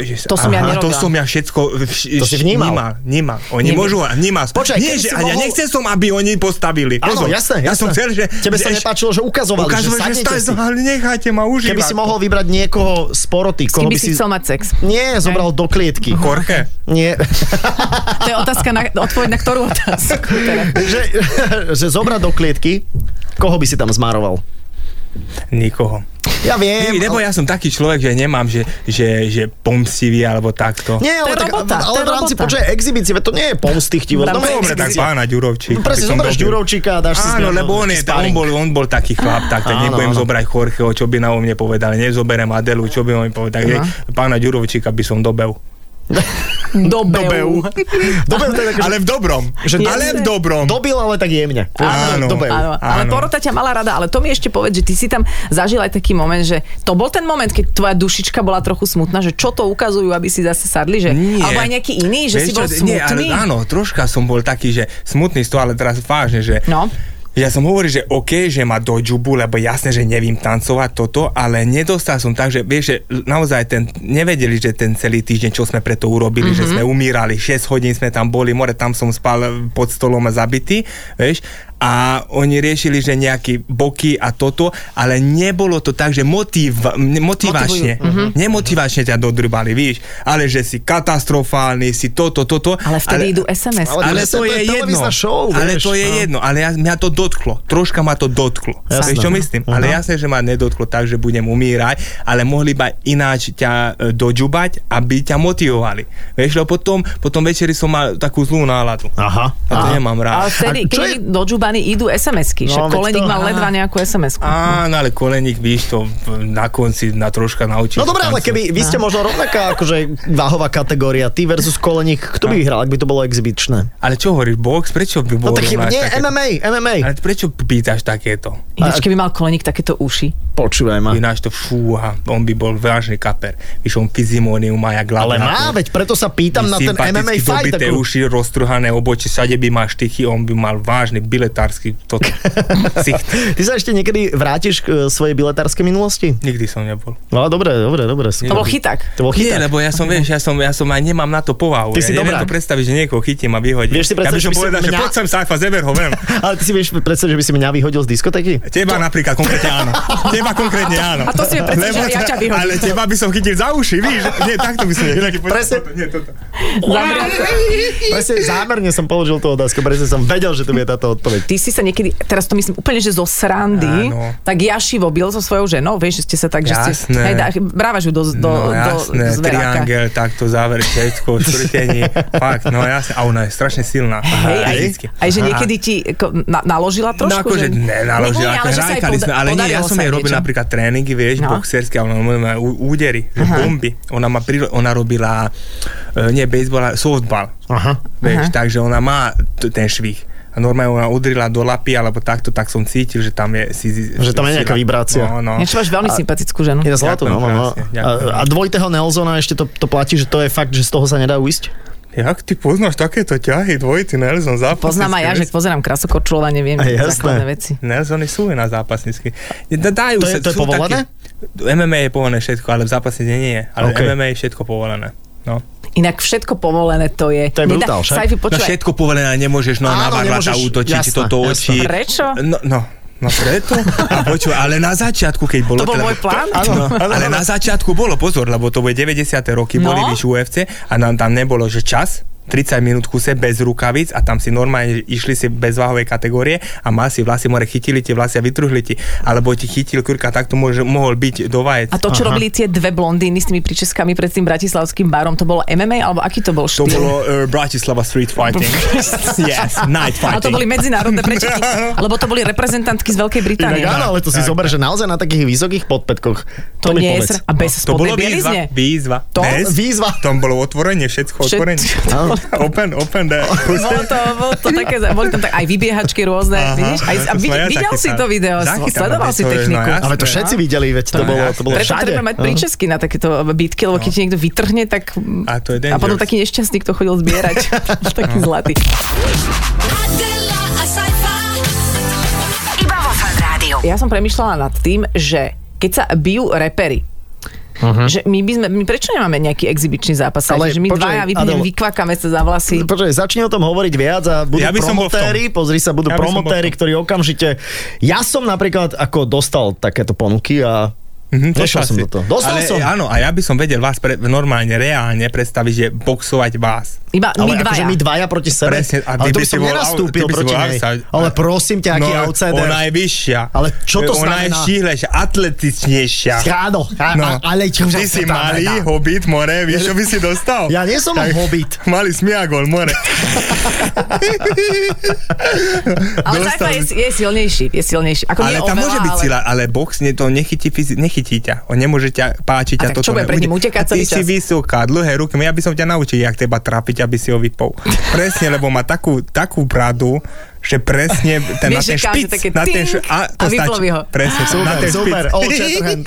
[SPEAKER 2] Ježiš,
[SPEAKER 5] To som ja nerobila.
[SPEAKER 2] To som ja všetko vš-
[SPEAKER 3] To si vnímal.
[SPEAKER 2] Vnímal, vnímal. Oni
[SPEAKER 5] Neviem.
[SPEAKER 2] môžu, vnímal.
[SPEAKER 3] Počkaj,
[SPEAKER 2] Nie,
[SPEAKER 3] keby
[SPEAKER 2] že,
[SPEAKER 3] si
[SPEAKER 2] a ja
[SPEAKER 3] mohol-
[SPEAKER 2] nechcel som, aby oni postavili.
[SPEAKER 3] Áno,
[SPEAKER 2] Pozor.
[SPEAKER 3] jasné,
[SPEAKER 2] Ja
[SPEAKER 3] jasné.
[SPEAKER 2] som chcel, že...
[SPEAKER 3] Tebe sa
[SPEAKER 2] že-
[SPEAKER 3] nepáčilo, že ukazovali,
[SPEAKER 2] Ukazovali,
[SPEAKER 3] že
[SPEAKER 2] že
[SPEAKER 3] sadnete si.
[SPEAKER 2] stále, ale nechajte ma užívať.
[SPEAKER 3] Keby si mohol vybrať niekoho z poroty,
[SPEAKER 5] S kým
[SPEAKER 3] koho
[SPEAKER 5] by si chcel mať sex?
[SPEAKER 3] Nie, zobral do klietky.
[SPEAKER 2] Jorge.
[SPEAKER 3] Nie.
[SPEAKER 5] To je otázka na, odpoveď na ktorú otázku. Teda.
[SPEAKER 3] že, že zobrať do klietky, koho by si tam zmároval?
[SPEAKER 2] Nikoho.
[SPEAKER 3] Ja viem.
[SPEAKER 2] Lebo
[SPEAKER 3] ale-
[SPEAKER 2] ja som taký človek, že nemám, že, že, že pomstivý alebo takto.
[SPEAKER 3] Nie,
[SPEAKER 5] To
[SPEAKER 3] ale,
[SPEAKER 5] je
[SPEAKER 3] tak,
[SPEAKER 5] robota,
[SPEAKER 3] ale
[SPEAKER 5] to je
[SPEAKER 3] v rámci,
[SPEAKER 5] robota.
[SPEAKER 3] počkaj, exibície, veď to nie je pomstichtivo.
[SPEAKER 5] V rámci
[SPEAKER 3] normálne
[SPEAKER 2] No Dobre, tak
[SPEAKER 3] exibícia.
[SPEAKER 2] pána Ďurovčík.
[SPEAKER 3] No
[SPEAKER 2] by
[SPEAKER 3] presne,
[SPEAKER 2] som
[SPEAKER 3] zoberieš
[SPEAKER 2] dobil.
[SPEAKER 3] Ďurovčíka a dáš si s
[SPEAKER 2] Áno,
[SPEAKER 3] ním
[SPEAKER 2] lebo on, je,
[SPEAKER 3] nejaký
[SPEAKER 2] on,
[SPEAKER 3] sparing.
[SPEAKER 2] bol, on bol taký chlap, tak, tak
[SPEAKER 3] Áno,
[SPEAKER 2] nebudem
[SPEAKER 3] áno.
[SPEAKER 2] zobrať Jorgeho, čo by na o mne povedal, nezoberem Adelu, čo by on mi povedal, takže pána Ďurovčíka by som dobil.
[SPEAKER 3] Do
[SPEAKER 5] Do
[SPEAKER 3] BU.
[SPEAKER 5] BU.
[SPEAKER 3] Do BU, to je také, že
[SPEAKER 2] Ale v dobrom.
[SPEAKER 3] Že
[SPEAKER 2] ale v dobrom.
[SPEAKER 3] dobil, ale tak jemne.
[SPEAKER 2] Áno.
[SPEAKER 3] Do BU.
[SPEAKER 5] Áno, ale
[SPEAKER 2] Áno.
[SPEAKER 5] porota ťa mala rada, ale to mi ešte povedz, že ty si tam zažil aj taký moment, že to bol ten moment, keď tvoja dušička bola trochu smutná, že čo to ukazujú, aby si zase sadli, že
[SPEAKER 2] Nie.
[SPEAKER 5] alebo aj nejaký iný, že
[SPEAKER 2] Vieš
[SPEAKER 5] si bol
[SPEAKER 2] čo,
[SPEAKER 5] smutný.
[SPEAKER 2] Nie, ale, áno, troška som bol taký, že smutný z toho, ale teraz vážne, že...
[SPEAKER 5] No.
[SPEAKER 2] Ja som hovoril, že OK, že ma do džubu, lebo jasné, že nevím tancovať toto, ale nedostal som tak, že vieš, že naozaj ten, nevedeli, že ten celý týždeň, čo sme preto urobili, mm-hmm. že sme umírali, 6 hodín sme tam boli, more, tam som spal pod stolom zabitý, vieš, a oni riešili, že nejaký boky a toto, ale nebolo to tak, že motiv, motivačne, mm-hmm. nemotivačne ťa dodrbali, víš, ale že si katastrofálny, si toto, toto.
[SPEAKER 5] Ale vtedy idú e- SMS.
[SPEAKER 3] Ale-
[SPEAKER 2] Ale, ale
[SPEAKER 3] to
[SPEAKER 2] to,
[SPEAKER 3] je
[SPEAKER 2] je jedno.
[SPEAKER 3] televízna show,
[SPEAKER 2] ale
[SPEAKER 3] vieš,
[SPEAKER 2] to je
[SPEAKER 3] no.
[SPEAKER 2] jedno. Ale ja, mňa to dotklo. Troška ma to dotklo.
[SPEAKER 3] Jasné.
[SPEAKER 2] Vieš, čo myslím? Ale
[SPEAKER 3] Aha.
[SPEAKER 2] jasné, že ma nedotklo tak, že budem umírať, ale mohli iba ináč ťa e, dožubať, aby ťa motivovali. Vieš, lebo potom, potom večeri som mal takú zlú náladu.
[SPEAKER 3] Aha.
[SPEAKER 2] A to nemám rád.
[SPEAKER 5] ale
[SPEAKER 3] A
[SPEAKER 5] vtedy,
[SPEAKER 3] čo
[SPEAKER 5] keď
[SPEAKER 3] je-
[SPEAKER 5] je... do džubany idú SMS-ky,
[SPEAKER 3] No,
[SPEAKER 5] no,
[SPEAKER 3] veď
[SPEAKER 5] koleník
[SPEAKER 3] to-
[SPEAKER 5] mal ledva nejakú SMS-ku.
[SPEAKER 2] Áno, ale koleník, víš, to v- na konci na troška naučil.
[SPEAKER 3] No dobré, ale
[SPEAKER 2] tancovať.
[SPEAKER 3] keby vy ste možno rovnaká akože váhová kategória, ty versus koleník, kto by vyhral, ak by to bolo exhibičné?
[SPEAKER 2] Ale čo hovoríš, box? Prečo by
[SPEAKER 3] No
[SPEAKER 2] bolo
[SPEAKER 3] tak
[SPEAKER 2] u nás
[SPEAKER 3] nie,
[SPEAKER 2] takéto?
[SPEAKER 3] MMA, MMA.
[SPEAKER 2] Ale prečo pýtaš takéto?
[SPEAKER 5] Ináč,
[SPEAKER 3] A-
[SPEAKER 5] keby mal koleník takéto uši.
[SPEAKER 3] Počúvaj ma.
[SPEAKER 2] Ináč to fúha, on by bol vážny kaper. Víš, on fyzimóniu má jak hlava.
[SPEAKER 3] Ale
[SPEAKER 2] na
[SPEAKER 3] má,
[SPEAKER 2] to.
[SPEAKER 3] veď preto sa pýtam na ten
[SPEAKER 2] Sympaticky
[SPEAKER 3] MMA fight.
[SPEAKER 2] Dobité
[SPEAKER 3] Ako...
[SPEAKER 2] uši, roztrhané obočie, sade by má štychy, on by mal vážny biletársky toto. Sicht.
[SPEAKER 3] Ty sa ešte niekedy vrátiš k e, svojej biletárskej minulosti?
[SPEAKER 2] Nikdy som nebol.
[SPEAKER 3] No dobre, dobre, dobre. super.
[SPEAKER 5] To bol chyták.
[SPEAKER 3] To bol
[SPEAKER 2] Nie,
[SPEAKER 3] chyták.
[SPEAKER 2] lebo ja som, vieš, ja som, ja som aj nemám na to povahu.
[SPEAKER 3] Ty si
[SPEAKER 2] ja neviem
[SPEAKER 3] dobrák.
[SPEAKER 2] to predstaviť, že niekoho chytím a vyhodím.
[SPEAKER 3] Vieš si
[SPEAKER 2] ja by
[SPEAKER 3] predstaviť, že
[SPEAKER 2] som
[SPEAKER 3] by si
[SPEAKER 2] povedal, že
[SPEAKER 3] mňa-
[SPEAKER 2] poď sem Saifa, zeber ho ven.
[SPEAKER 3] Ale ty si vieš predstaviť, že by si mňa vyhodil z diskotéky?
[SPEAKER 2] Teba napríklad konkrétne áno. Teba konkrétne áno.
[SPEAKER 5] a to si mi predstav,
[SPEAKER 2] Lebo
[SPEAKER 5] že ja
[SPEAKER 2] te-
[SPEAKER 5] ťa vyhodím.
[SPEAKER 2] Ale teba by som chytil za uši, víš? Nie, takto by som nie. Taký, poď-
[SPEAKER 3] Presne.
[SPEAKER 2] Nie, toto.
[SPEAKER 5] Zabrať.
[SPEAKER 3] Presne zámerne som položil tú otázku, presne som vedel, že tu je táto odpoveď.
[SPEAKER 5] Ty si sa niekedy, teraz to myslím úplne, že zo srandy,
[SPEAKER 2] Áno.
[SPEAKER 5] tak Jašivo bil so svojou ženou, vieš, že ste sa tak, že ste...
[SPEAKER 2] Jasné.
[SPEAKER 5] Hej, dá, brávaš ju do, do,
[SPEAKER 2] no
[SPEAKER 5] do
[SPEAKER 2] jasné,
[SPEAKER 5] zveráka.
[SPEAKER 2] triangel, takto záver, všetko, švrtení, fakt, no jasné. A ona je strašne silná.
[SPEAKER 5] Hej, aj,
[SPEAKER 2] Fyzicky.
[SPEAKER 5] aj že
[SPEAKER 2] Aha.
[SPEAKER 5] niekedy ti ko, na, naložila trošku?
[SPEAKER 2] No akože, ne, naložila,
[SPEAKER 5] Neboli,
[SPEAKER 2] ako
[SPEAKER 5] ale že sa jej
[SPEAKER 2] hrajkali
[SPEAKER 5] poda-
[SPEAKER 2] sme, ale nie, ja
[SPEAKER 5] podarilo
[SPEAKER 2] som
[SPEAKER 5] sa
[SPEAKER 2] jej
[SPEAKER 5] jej
[SPEAKER 2] robil robili napríklad tréningy, vieš,
[SPEAKER 5] No.
[SPEAKER 2] no. boxerské, ale ona má ú- údery, že bomby. Ona, má príle- ona robila, e, nie baseball, ale softball.
[SPEAKER 3] Aha.
[SPEAKER 2] Vieš, takže ona má t- ten švih. A normálne ona udrila do lapy, alebo takto, tak som cítil, že tam je... Si, si-
[SPEAKER 3] Že tam je
[SPEAKER 2] sila.
[SPEAKER 3] nejaká vibrácia.
[SPEAKER 2] No, no.
[SPEAKER 5] Niečo máš veľmi sympatickú ženu.
[SPEAKER 3] Je zlatú, no,
[SPEAKER 2] Ďakujem
[SPEAKER 3] no, no.
[SPEAKER 2] krásne,
[SPEAKER 3] A,
[SPEAKER 2] ďakujem.
[SPEAKER 3] a dvojitého Nelsona ešte to, to platí, že to je fakt, že z toho sa nedá uísť?
[SPEAKER 2] Jak ty poznáš takéto ťahy, dvojitý Nelson zápasnícky?
[SPEAKER 5] Poznám aj ja, že
[SPEAKER 2] vieš?
[SPEAKER 5] pozerám krasokorčulova, neviem
[SPEAKER 3] A jasné.
[SPEAKER 5] základné veci.
[SPEAKER 2] Nelsony sú na zápasnícky. Da- Dajú
[SPEAKER 3] To je-
[SPEAKER 2] sa,
[SPEAKER 3] to je
[SPEAKER 2] sú
[SPEAKER 3] povolené?
[SPEAKER 2] Také, MMA je povolené všetko, ale v zápasníci nie je. Ale
[SPEAKER 3] OK.
[SPEAKER 2] okay. MMA je všetko povolené. No.
[SPEAKER 5] Inak všetko povolené to je.
[SPEAKER 3] To je brutál, však?
[SPEAKER 5] Saifi,
[SPEAKER 2] no
[SPEAKER 5] počúvaj,
[SPEAKER 2] všetko povolené, ale nemôžeš no,
[SPEAKER 3] Áno,
[SPEAKER 2] na varlata
[SPEAKER 3] nemôžeš,
[SPEAKER 2] útočiť, či
[SPEAKER 3] jasné,
[SPEAKER 2] toto
[SPEAKER 3] jasné.
[SPEAKER 2] oči.
[SPEAKER 5] Prečo?
[SPEAKER 2] No, no. No preto? A počuj, ale na začiatku, keď bolo...
[SPEAKER 5] To bol môj plán?
[SPEAKER 2] Áno, ale na začiatku bolo, pozor, lebo to bude 90. roky, no?
[SPEAKER 5] No.
[SPEAKER 2] boli vyš UFC a nám tam nebolo, že čas, 30 minút kuse bez rukavic a tam si normálne išli si bez váhovej kategórie a mal si vlasy, more chytili ti vlasy a vytruhli ti. Alebo ti chytil kurka, tak to môže, mohol byť do vajec.
[SPEAKER 5] a to, čo
[SPEAKER 3] Aha.
[SPEAKER 5] robili tie dve blondíny s tými príčeskami pred tým bratislavským barom, to bolo MMA, alebo aký to bol
[SPEAKER 2] To
[SPEAKER 5] štýl?
[SPEAKER 2] bolo uh, Bratislava Street Fighting. yes, night
[SPEAKER 5] A
[SPEAKER 2] fighting.
[SPEAKER 5] to boli medzinárodné preteky, lebo to boli reprezentantky z Veľkej Británie.
[SPEAKER 3] Inak áno, ale to si zober, že naozaj na takých vysokých podpätkoch. To, mi
[SPEAKER 5] nie je
[SPEAKER 3] povedz.
[SPEAKER 5] sr- a bez
[SPEAKER 2] No, To bolo
[SPEAKER 5] spodnej
[SPEAKER 2] výzva.
[SPEAKER 5] bielizne.
[SPEAKER 2] Výzva.
[SPEAKER 3] To? Výzva.
[SPEAKER 2] Tam bolo otvorenie, všetko
[SPEAKER 5] Všet-
[SPEAKER 2] otvorenie.
[SPEAKER 3] Áno.
[SPEAKER 2] open, open day.
[SPEAKER 5] Bolo to, bolo to také, boli tam tak aj vybiehačky rôzne,
[SPEAKER 2] Aha,
[SPEAKER 5] vidíš? Aj, a
[SPEAKER 2] to
[SPEAKER 5] vid,
[SPEAKER 2] som aj ja
[SPEAKER 5] videl
[SPEAKER 2] taký
[SPEAKER 5] si
[SPEAKER 2] sám.
[SPEAKER 5] to video,
[SPEAKER 2] Zachytávam,
[SPEAKER 5] sledoval
[SPEAKER 2] to
[SPEAKER 5] si
[SPEAKER 2] je, no
[SPEAKER 5] techniku.
[SPEAKER 2] jasné.
[SPEAKER 3] Ale to všetci videli, veď to,
[SPEAKER 2] To je
[SPEAKER 3] bolo, to
[SPEAKER 2] jasné.
[SPEAKER 3] bolo
[SPEAKER 5] Preto
[SPEAKER 3] všade. No.
[SPEAKER 5] treba mať
[SPEAKER 3] Áno.
[SPEAKER 5] príčesky na takéto bitky, lebo keď ti niekto vytrhne, tak...
[SPEAKER 2] No. A to je
[SPEAKER 5] a
[SPEAKER 2] dangerous.
[SPEAKER 5] potom taký nešťastný, kto chodil zbierať. taký zlatý.
[SPEAKER 4] Adela, a sci-fi.
[SPEAKER 1] Iba vo Fan Rádiu.
[SPEAKER 5] Ja som premyšľala nad tým, že keď sa bijú repery, Uh-huh. Že my by sme, my prečo nemáme nejaký exibičný zápas?
[SPEAKER 3] Mhm. Ale
[SPEAKER 5] Ale, že my
[SPEAKER 3] počkaj,
[SPEAKER 5] dvaja vypneme,
[SPEAKER 3] Adel-
[SPEAKER 5] vykvakáme sa za vlasy.
[SPEAKER 3] No, Počkaj, začni o tom hovoriť viac a budú
[SPEAKER 2] Ja
[SPEAKER 3] ja
[SPEAKER 2] by som bol v tom.
[SPEAKER 3] promotéri, pozri sa, budú ja
[SPEAKER 2] Ja by som bol
[SPEAKER 3] promotéri,
[SPEAKER 2] v tom.
[SPEAKER 3] ktorí okamžite... Ja som napríklad ako dostal takéto ponuky a
[SPEAKER 2] Mhm,
[SPEAKER 3] nešiel som
[SPEAKER 2] si.
[SPEAKER 3] do toho. Dostal
[SPEAKER 2] ale,
[SPEAKER 3] som.
[SPEAKER 2] Áno, a ja by som vedel vás pre, normálne, reálne predstaviť, že boxovať vás.
[SPEAKER 5] Iba my
[SPEAKER 3] ale akože
[SPEAKER 5] dvaja.
[SPEAKER 3] my dvaja proti sebe.
[SPEAKER 2] Presne, a ty
[SPEAKER 3] ale to by
[SPEAKER 2] by si
[SPEAKER 3] som
[SPEAKER 2] bol
[SPEAKER 3] nenastúpil
[SPEAKER 2] out- ty by si
[SPEAKER 3] proti
[SPEAKER 2] bol
[SPEAKER 3] nej.
[SPEAKER 2] outside. No,
[SPEAKER 3] Ale prosím ťa, aký outsider.
[SPEAKER 2] Ona je vyššia.
[SPEAKER 3] Ale čo to
[SPEAKER 2] ona je
[SPEAKER 3] znamená?
[SPEAKER 2] štíhlejšia, atletičnejšia.
[SPEAKER 3] Áno, a, no. a, ale čo
[SPEAKER 2] Ty
[SPEAKER 3] to
[SPEAKER 2] si
[SPEAKER 3] znamená?
[SPEAKER 2] malý hobbit, more, vieš, čo by si dostal?
[SPEAKER 3] Ja nie som hobbit.
[SPEAKER 2] Malý smiagol, more.
[SPEAKER 5] Ale
[SPEAKER 2] Dostal
[SPEAKER 5] Saifa je,
[SPEAKER 2] by si-
[SPEAKER 5] je silnejší, je silnejší. Ako nie
[SPEAKER 2] Ale tam
[SPEAKER 5] oveľa,
[SPEAKER 2] môže byť
[SPEAKER 5] ale-
[SPEAKER 2] sila, ale box ne, to nechytí, fyzi- nechytí ťa. On nemôže ťa páčiť.
[SPEAKER 5] A tak čo bude pred ním utekať
[SPEAKER 2] Ty
[SPEAKER 5] celý
[SPEAKER 2] si
[SPEAKER 5] čas?
[SPEAKER 2] vysoká, dlhé ruky. Ja by som ťa naučil, jak teba trápiť, aby si ho vypol. Presne, lebo má takú, takú bradu, že presne ten, na
[SPEAKER 5] Vieš,
[SPEAKER 2] ten
[SPEAKER 5] že káže
[SPEAKER 2] špic.
[SPEAKER 5] také
[SPEAKER 2] na ten
[SPEAKER 5] tink a
[SPEAKER 2] to stačí.
[SPEAKER 5] vyploví ho.
[SPEAKER 2] Presne, na ten
[SPEAKER 3] Super,
[SPEAKER 2] špic.
[SPEAKER 3] Oh, all shatterhand.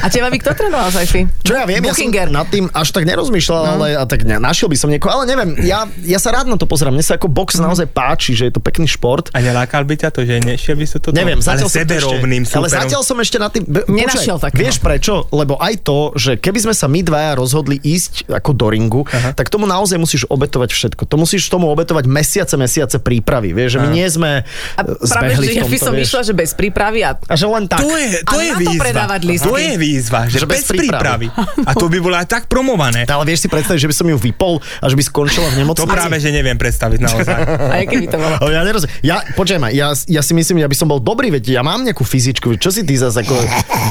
[SPEAKER 5] A teba by kto trénoval, Saifi?
[SPEAKER 3] Čo ja viem,
[SPEAKER 5] Buchinger.
[SPEAKER 3] ja som No. nad tým až tak nerozmýšľal, no. ale a tak ne, našiel by som niekoho, ale neviem, ja, ja sa rád na to pozerám, mne sa ako
[SPEAKER 2] Mhm.
[SPEAKER 3] box naozaj páči, že je to pekný šport.
[SPEAKER 2] A nelákal by ťa to, že nešiel by si to
[SPEAKER 3] Neviem,
[SPEAKER 2] ale
[SPEAKER 3] zatiaľ som to
[SPEAKER 2] seberovným
[SPEAKER 3] ešte, Ale zatiaľ som ešte na tým... b-
[SPEAKER 5] Nenašiel
[SPEAKER 3] počkaj,
[SPEAKER 5] takého.
[SPEAKER 3] Vieš prečo? Lebo aj to, že keby sme sa my dvaja rozhodli ísť ako do ringu, Aha. tak tomu naozaj musíš obetovať všetko. To musíš tomu obetovať mesiace, mesiace prípravy. Vieš, že my nie sme
[SPEAKER 5] A
[SPEAKER 3] e,
[SPEAKER 5] práve,
[SPEAKER 3] zbehli
[SPEAKER 5] že
[SPEAKER 3] v
[SPEAKER 5] ja
[SPEAKER 3] tomto,
[SPEAKER 5] by som
[SPEAKER 3] vieš.
[SPEAKER 5] išla, že bez prípravy a
[SPEAKER 3] A že len tak.
[SPEAKER 2] To je, to
[SPEAKER 5] Ale
[SPEAKER 2] je
[SPEAKER 5] na to
[SPEAKER 2] výzva.
[SPEAKER 5] predávať listy.
[SPEAKER 2] to je výzva, že,
[SPEAKER 3] Že
[SPEAKER 2] že
[SPEAKER 3] bez
[SPEAKER 2] bez prípravy. A to by bolo aj tak promované.
[SPEAKER 3] No, Ale vieš si predstaviť, že by som ju vypol a že by skončila
[SPEAKER 2] To
[SPEAKER 3] v nemocnici?
[SPEAKER 2] práve, že neviem predstaviť naozaj.
[SPEAKER 5] A aké by to bolo?
[SPEAKER 3] Ale ja nerozumiem. Ja, počkaj ma, ja, ja si myslím, ja by som bol dobrý, veď ja mám nejakú fyzičku. Čo si ty zase ako...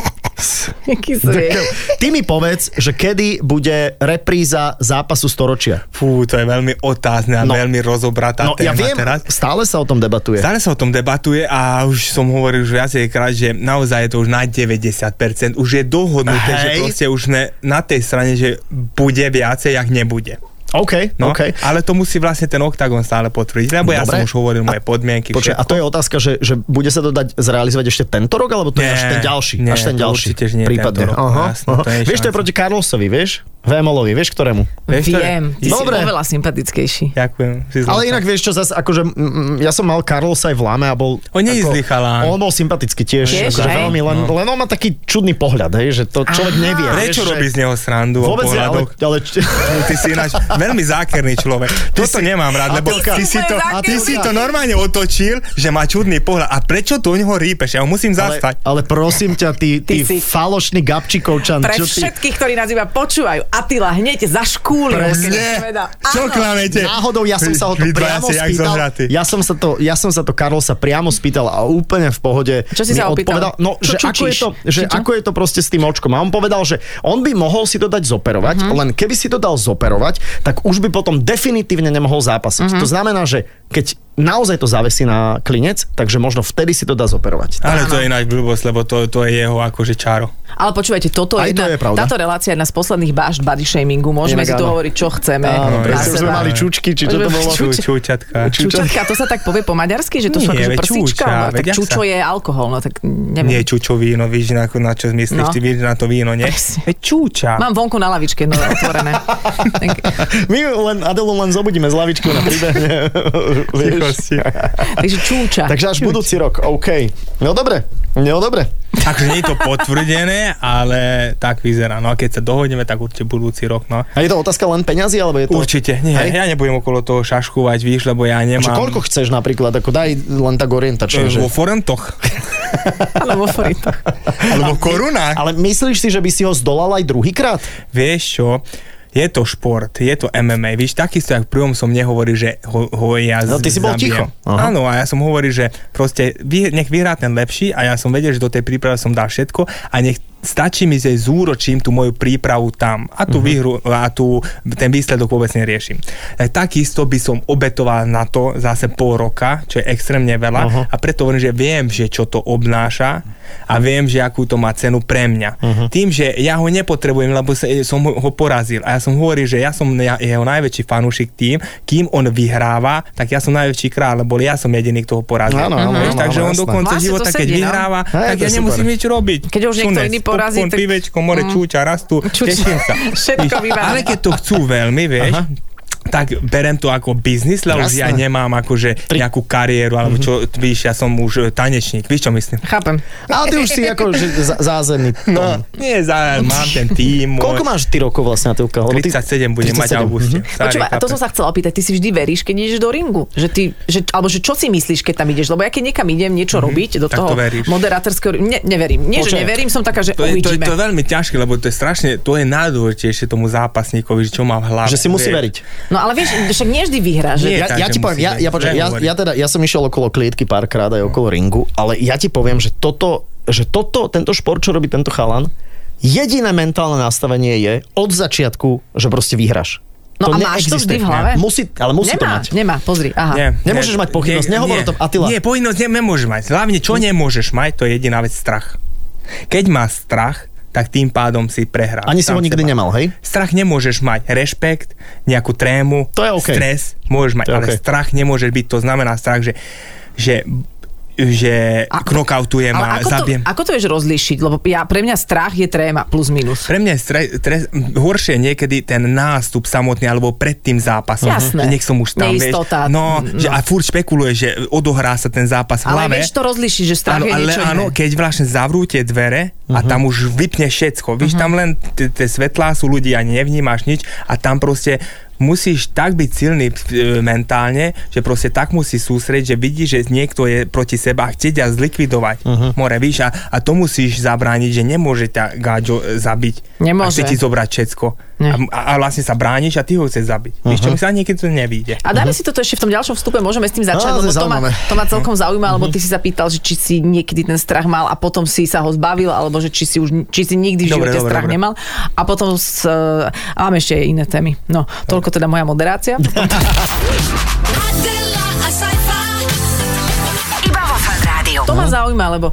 [SPEAKER 5] Jaký zvier.
[SPEAKER 3] Ty mi povedz, že kedy bude repríza zápasu storočia.
[SPEAKER 2] Fú, to je veľmi otázne a
[SPEAKER 3] No.
[SPEAKER 2] no. veľmi rozobratá
[SPEAKER 3] No
[SPEAKER 2] téma
[SPEAKER 3] ja viem,
[SPEAKER 2] teraz.
[SPEAKER 3] stále sa o tom debatuje.
[SPEAKER 2] Stále sa o tom debatuje a už som hovoril už viacejkrát, že naozaj je to už na 90%. Už je dohodnuté, že
[SPEAKER 3] Hej.
[SPEAKER 2] proste už ne, na tej strane, že bude viacej, jak nebude.
[SPEAKER 3] OK,
[SPEAKER 2] No,
[SPEAKER 3] OK.
[SPEAKER 2] Ale to musí vlastne ten OKTAGON stále potvrdiť, lebo Dobre. ja
[SPEAKER 3] Dobre.
[SPEAKER 2] som už hovoril
[SPEAKER 3] A-
[SPEAKER 2] moje podmienky.
[SPEAKER 3] Počkaj, a
[SPEAKER 2] všetko.
[SPEAKER 3] to je otázka, že, že bude sa to dať zrealizovať ešte tento rok, alebo to je
[SPEAKER 2] Nie,
[SPEAKER 3] až ten ďalší?
[SPEAKER 2] nie,
[SPEAKER 3] až ten
[SPEAKER 2] to
[SPEAKER 3] ďalší.
[SPEAKER 2] určite, že nie tento
[SPEAKER 3] prípadne.
[SPEAKER 2] rok,
[SPEAKER 3] aha,
[SPEAKER 2] jasné,
[SPEAKER 3] aha.
[SPEAKER 2] to je No,
[SPEAKER 3] vieš, to je
[SPEAKER 2] šanca.
[SPEAKER 3] proti Carlosovi, vieš? VMLovi, vieš ktorému?
[SPEAKER 2] Vieš, to je-
[SPEAKER 5] Viem, ty si
[SPEAKER 3] Dobre.
[SPEAKER 5] oveľa sympatickejší.
[SPEAKER 2] Ďakujem. Si zlatá.
[SPEAKER 3] Ale inak vieš čo, zase, akože mm, mm, ja som mal Carlos aj v Lame a bol...
[SPEAKER 2] On nie je
[SPEAKER 3] ako-
[SPEAKER 2] zlý chalán.
[SPEAKER 3] On bol sympatický tiež,
[SPEAKER 5] Tiež,
[SPEAKER 3] akože
[SPEAKER 5] hej?
[SPEAKER 3] veľmi, len, len on má taký čudný pohľad, hej, že to človek nevie.
[SPEAKER 2] Prečo
[SPEAKER 3] vieš,
[SPEAKER 2] robí
[SPEAKER 3] že...
[SPEAKER 2] z neho srandu o
[SPEAKER 3] Vôbec nie, ale,
[SPEAKER 2] pohľadoch?
[SPEAKER 3] ale...
[SPEAKER 2] Hm, Ty si ináč veľmi zákerný človek. Toto nemám rád, lebo
[SPEAKER 3] Atilka.
[SPEAKER 2] ty si, to,
[SPEAKER 5] Ty si
[SPEAKER 2] ty si
[SPEAKER 3] úplne
[SPEAKER 2] to normálne otočil, že má čudný pohľad. A prečo tu u neho rýpeš? Ja ho musím
[SPEAKER 3] Ale,
[SPEAKER 2] zastať.
[SPEAKER 3] ale prosím ťa, ty, ty,
[SPEAKER 5] Ty si-
[SPEAKER 3] falošný gabčikovčan.
[SPEAKER 5] Pre
[SPEAKER 3] čo ty...
[SPEAKER 5] všetkých, ktorí nás iba počúvajú, Atila hneď zaškúlil. keď
[SPEAKER 2] Nie,
[SPEAKER 5] povedal.
[SPEAKER 2] čo
[SPEAKER 5] Teda. Áno.
[SPEAKER 2] klamete?
[SPEAKER 3] Náhodou ja som sa ho to
[SPEAKER 2] Vy dvaja
[SPEAKER 3] priamo
[SPEAKER 2] ste jak
[SPEAKER 3] spýtal.
[SPEAKER 2] zohratí.
[SPEAKER 3] Ja som sa to, ja som sa to Karol sa priamo spýtal a úplne v pohode
[SPEAKER 5] Čo si
[SPEAKER 3] mi
[SPEAKER 5] sa opýtal?
[SPEAKER 3] odpovedal. No, že,
[SPEAKER 5] Čo
[SPEAKER 3] ako je,
[SPEAKER 5] čučíš?
[SPEAKER 3] to, že
[SPEAKER 5] Či čo?
[SPEAKER 3] ako je
[SPEAKER 5] Mhm.
[SPEAKER 3] to proste s tým očkom. A on povedal, že on by mohol si to dať zoperovať, len keby si to dal zoperovať, tak už by potom definitívne nemohol zápasiť.
[SPEAKER 5] Mhm.
[SPEAKER 3] Mm-hmm. To znamená, že keď naozaj to zavesí na klinec, takže možno vtedy si to dá zoperovať.
[SPEAKER 2] Ale to je ináč blbosť, lebo to, to je jeho akože čaro.
[SPEAKER 5] Ale počúvajte, toto
[SPEAKER 3] Aj
[SPEAKER 5] je,
[SPEAKER 3] to
[SPEAKER 5] jedna,
[SPEAKER 3] je pravda.
[SPEAKER 5] táto relácia je jedna z posledných bážd body shamingu.
[SPEAKER 3] Inak
[SPEAKER 5] Môžeme si tu
[SPEAKER 3] áno.
[SPEAKER 5] hovoriť, čo chceme.
[SPEAKER 3] Áno,
[SPEAKER 5] na
[SPEAKER 3] presne, už sme
[SPEAKER 5] seba.
[SPEAKER 3] mali čučky, či čo to bolo?
[SPEAKER 2] Ču, čučatka.
[SPEAKER 5] Čučatka, to sa tak povie po maďarsky, že to sú
[SPEAKER 2] Nie,
[SPEAKER 5] akože
[SPEAKER 2] veď
[SPEAKER 5] prsička.
[SPEAKER 2] čuča,
[SPEAKER 5] no, tak
[SPEAKER 2] veď jak
[SPEAKER 5] čučo
[SPEAKER 2] sa-
[SPEAKER 5] je alkohol, no tak neviem.
[SPEAKER 2] Nie čučo víno, víš na, na čo myslíš, no.
[SPEAKER 5] No.
[SPEAKER 2] ty víš na to víno, nie?
[SPEAKER 5] Presne.
[SPEAKER 2] E, čúča.
[SPEAKER 5] Mám vonku na lavičke, no otvorené. tak,
[SPEAKER 3] My ju len Adelu len zobudíme z lavičky na príbehne. Vieš.
[SPEAKER 2] Tichosti.
[SPEAKER 5] takže čúča.
[SPEAKER 3] Takže až budúci rok, OK. No dobre, no dobre.
[SPEAKER 2] Takže Akože nie je to potvrdené, ale tak vyzerá. No a keď sa dohodneme, tak určite budúci rok, no.
[SPEAKER 3] A je to otázka len peňazí, alebo je to...
[SPEAKER 2] Určite, nie,
[SPEAKER 3] Hej?
[SPEAKER 2] ja nebudem okolo toho šaškovať, víš, lebo ja
[SPEAKER 3] Čo,
[SPEAKER 2] nemám...
[SPEAKER 3] koľko chceš napríklad, ako daj len tak
[SPEAKER 2] E,
[SPEAKER 3] orientačne, že...
[SPEAKER 2] Vo forentoch,
[SPEAKER 5] Alebo foritoch.
[SPEAKER 2] alebo korunách.
[SPEAKER 3] Ale myslíš si, že by si ho zdolal aj druhýkrát?
[SPEAKER 2] Vieš čo, je to šport, je to MMA, víš, takisto jak v prvom som nehovorí, že ho, ho ja
[SPEAKER 3] No, ty si bol
[SPEAKER 2] zabijem.
[SPEAKER 3] ticho. Aha.
[SPEAKER 2] Áno, a ja som hovoril, že proste vy, nech vyhrá ten lepší a ja som vedel, že do tej prípravy som dal všetko a nech stačí mi, že zúročím tú moju prípravu tam a
[SPEAKER 3] Mhm.
[SPEAKER 2] tú výhru a tú, ten výsledok vôbec neriešim. E, Takisto by som obetoval na to zase pol roka, čo je extrémne veľa
[SPEAKER 3] Aha.
[SPEAKER 2] a preto hovorím, že viem, že čo to obnáša a viem, že akú to má cenu pre mňa.
[SPEAKER 3] Mhm.
[SPEAKER 2] Tým, že ja ho nepotrebujem, lebo sa- e, som ho ho porazil a ja som hovoril, že ja som ja- jeho najväčší fanúšik tým, kým on vyhráva, tak ja som najväčší kráľ, lebo ja som jediný, kto ho porazil.
[SPEAKER 3] Áno, áno,
[SPEAKER 2] Vieš,
[SPEAKER 3] áno,
[SPEAKER 2] takže
[SPEAKER 3] áno,
[SPEAKER 2] on do
[SPEAKER 3] jasné.
[SPEAKER 2] konca
[SPEAKER 5] Vlastne to
[SPEAKER 2] života, keď
[SPEAKER 5] sedí, no.
[SPEAKER 2] vyhráva,
[SPEAKER 3] Hej,
[SPEAKER 2] tak
[SPEAKER 3] to
[SPEAKER 2] ja
[SPEAKER 3] je
[SPEAKER 2] nemusím
[SPEAKER 3] super.
[SPEAKER 2] nič robiť.
[SPEAKER 5] Keď už niekto
[SPEAKER 2] Šunec,
[SPEAKER 5] iný porazí,
[SPEAKER 2] popcorn,
[SPEAKER 5] tak- Mhm.
[SPEAKER 2] pivečko, more, čúča, rastu,
[SPEAKER 5] Čuča.
[SPEAKER 2] teším sa.
[SPEAKER 5] Všetko
[SPEAKER 2] Víš,
[SPEAKER 5] vybavené.
[SPEAKER 2] Ale keď to chcú veľmi, vieš, tak berem to ako biznis, lebo že ja
[SPEAKER 3] Jasné. Mhm.
[SPEAKER 2] nemám akože nejakú kariéru, alebo čo, víš, ja som už e, tanečník, víš, čo myslím?
[SPEAKER 5] Chápem.
[SPEAKER 3] Ale ty už si ako že zá- zázemný.
[SPEAKER 2] No, nie, za, mám ten tým.
[SPEAKER 3] Koľko
[SPEAKER 2] môj-
[SPEAKER 3] máš ty rokov vlastne, Natýlka?
[SPEAKER 2] 37 budem mať v
[SPEAKER 3] Mhm.
[SPEAKER 2] auguste. Starý
[SPEAKER 5] Počúvaj, a to
[SPEAKER 2] chlapec.
[SPEAKER 5] som sa chcela opýtať, ty si vždy veríš, keď ideš do ringu? Že ty, že, alebo že čo si myslíš, keď tam ideš? Lebo ja keď niekam idem niečo robiť do
[SPEAKER 2] Mhm, tak to
[SPEAKER 5] toho
[SPEAKER 2] veríš.
[SPEAKER 5] moderátorského... Ne, neverím. Nie, že
[SPEAKER 3] Počkaj.
[SPEAKER 5] neverím, som taká, že
[SPEAKER 2] To je, to, je,
[SPEAKER 5] uvidíme.
[SPEAKER 2] to je veľmi ťažké, lebo to je strašne, to je najdôležitejšie tomu zápasníkovi, že čo má v hlave.
[SPEAKER 3] Že si musí
[SPEAKER 2] vieš.
[SPEAKER 3] veriť.
[SPEAKER 5] No ale vieš, však nie vždy vyhráš. že-
[SPEAKER 2] Nie,
[SPEAKER 3] Ja,
[SPEAKER 2] tak,
[SPEAKER 3] ja
[SPEAKER 2] že
[SPEAKER 3] ti poviem,
[SPEAKER 2] musí
[SPEAKER 3] ja,
[SPEAKER 2] byť.
[SPEAKER 3] ja, počkaj,
[SPEAKER 2] Zle
[SPEAKER 3] ja,
[SPEAKER 2] hovorí.
[SPEAKER 3] ja, teda, ja som išiel okolo klietky párkrát aj okolo ringu, ale ja ti poviem, že toto, že toto, tento šport, čo robí tento chalan, jediné mentálne nastavenie je od začiatku, že proste vyhráš. to
[SPEAKER 5] No a máš to
[SPEAKER 3] neexistuje.
[SPEAKER 5] vždy v hlave?
[SPEAKER 3] Musí, ale musí
[SPEAKER 5] nemá,
[SPEAKER 3] to mať.
[SPEAKER 5] Nemá, pozri, aha.
[SPEAKER 2] Nie,
[SPEAKER 3] Nemôžeš
[SPEAKER 2] nie,
[SPEAKER 3] mať pochybnosť,
[SPEAKER 2] nie,
[SPEAKER 3] nehovor
[SPEAKER 2] nie.
[SPEAKER 3] o tom, Attila. Hm?
[SPEAKER 2] Nie, pochybnosť ne- nemôžeš mať. Hlavne, čo nemôžeš mať, to je jediná vec, strach. Keď má strach, tak tým pádom si prehráš.
[SPEAKER 3] Ani si
[SPEAKER 2] sám
[SPEAKER 3] ho nikdy
[SPEAKER 2] seba.
[SPEAKER 3] nemal, hej?
[SPEAKER 2] Strach nemôžeš mať. Rešpekt, nejakú trému,
[SPEAKER 3] To je OK.
[SPEAKER 2] stres môžeš mať,
[SPEAKER 3] To je
[SPEAKER 2] ale
[SPEAKER 3] OK.
[SPEAKER 2] strach nemôžeš byť. To znamená strach, že, že, že
[SPEAKER 5] A-
[SPEAKER 2] knockoutujem
[SPEAKER 5] Ale
[SPEAKER 2] a
[SPEAKER 5] ako to,
[SPEAKER 2] zabijem.
[SPEAKER 5] ako to vieš rozlíšiť? Lebo ja, pre mňa strach je tréma plus minus.
[SPEAKER 2] Pre mňa je stre, tre, horšie niekedy ten nástup samotný alebo pred tým zápasom. Že
[SPEAKER 5] Jasné.
[SPEAKER 2] nech som už tam,
[SPEAKER 5] Neistota.
[SPEAKER 2] vieš. No,
[SPEAKER 5] Mm,
[SPEAKER 2] Že, a
[SPEAKER 5] no.
[SPEAKER 2] furt špekuluje, že odohrá sa ten zápas v
[SPEAKER 5] Ale
[SPEAKER 2] hlave.
[SPEAKER 5] vieš to rozlíšiť, že strach
[SPEAKER 2] Áno,
[SPEAKER 5] je
[SPEAKER 2] ale
[SPEAKER 5] niečo
[SPEAKER 2] áno,
[SPEAKER 5] iné.
[SPEAKER 2] keď vlastne zavrú tie dvere a tam už vypne všetko.
[SPEAKER 5] Mhm.
[SPEAKER 2] Víš, tam len t- tie svetlá sú ľudí a nevnímaš nič a tam proste musíš tak byť silný e, mentálne, že proste tak musíš sústrediť, že vidíš, že niekto je proti seba a chce ťa zlikvidovať. More, víš, a, a to musíš zabrániť, že nemôže ťa gáďo e, zabiť. A
[SPEAKER 5] Nemôže.
[SPEAKER 2] chce ti zobrať všetko.
[SPEAKER 5] Nie.
[SPEAKER 2] A, a, a vlastne sa brániš a ty ho chceš zabiť. Víš, čo mi sa niekedy to nevíde.
[SPEAKER 5] A dáme si toto ešte v tom ďalšom vstupe, môžeme s tým začať,
[SPEAKER 3] No,
[SPEAKER 5] lebo
[SPEAKER 3] to je
[SPEAKER 5] to ma,
[SPEAKER 3] zaujímavé.
[SPEAKER 5] to ma celkom zaujíma,
[SPEAKER 2] Mhm.
[SPEAKER 5] lebo ty si sa pýtal, že či si niekedy ten strach mal a potom si sa ho zbavil, alebo že či si, už, či si nikdy v
[SPEAKER 2] Dobre,
[SPEAKER 5] živote
[SPEAKER 2] dobre,
[SPEAKER 5] strach
[SPEAKER 2] dobre.
[SPEAKER 5] nemal. A potom s, e, a mám ešte iné témy. No, toľko teda moja moderácia.
[SPEAKER 4] Adela, a sci-fi.
[SPEAKER 1] Iba vo Fan Rádiu.
[SPEAKER 5] To ma zaujíma, lebo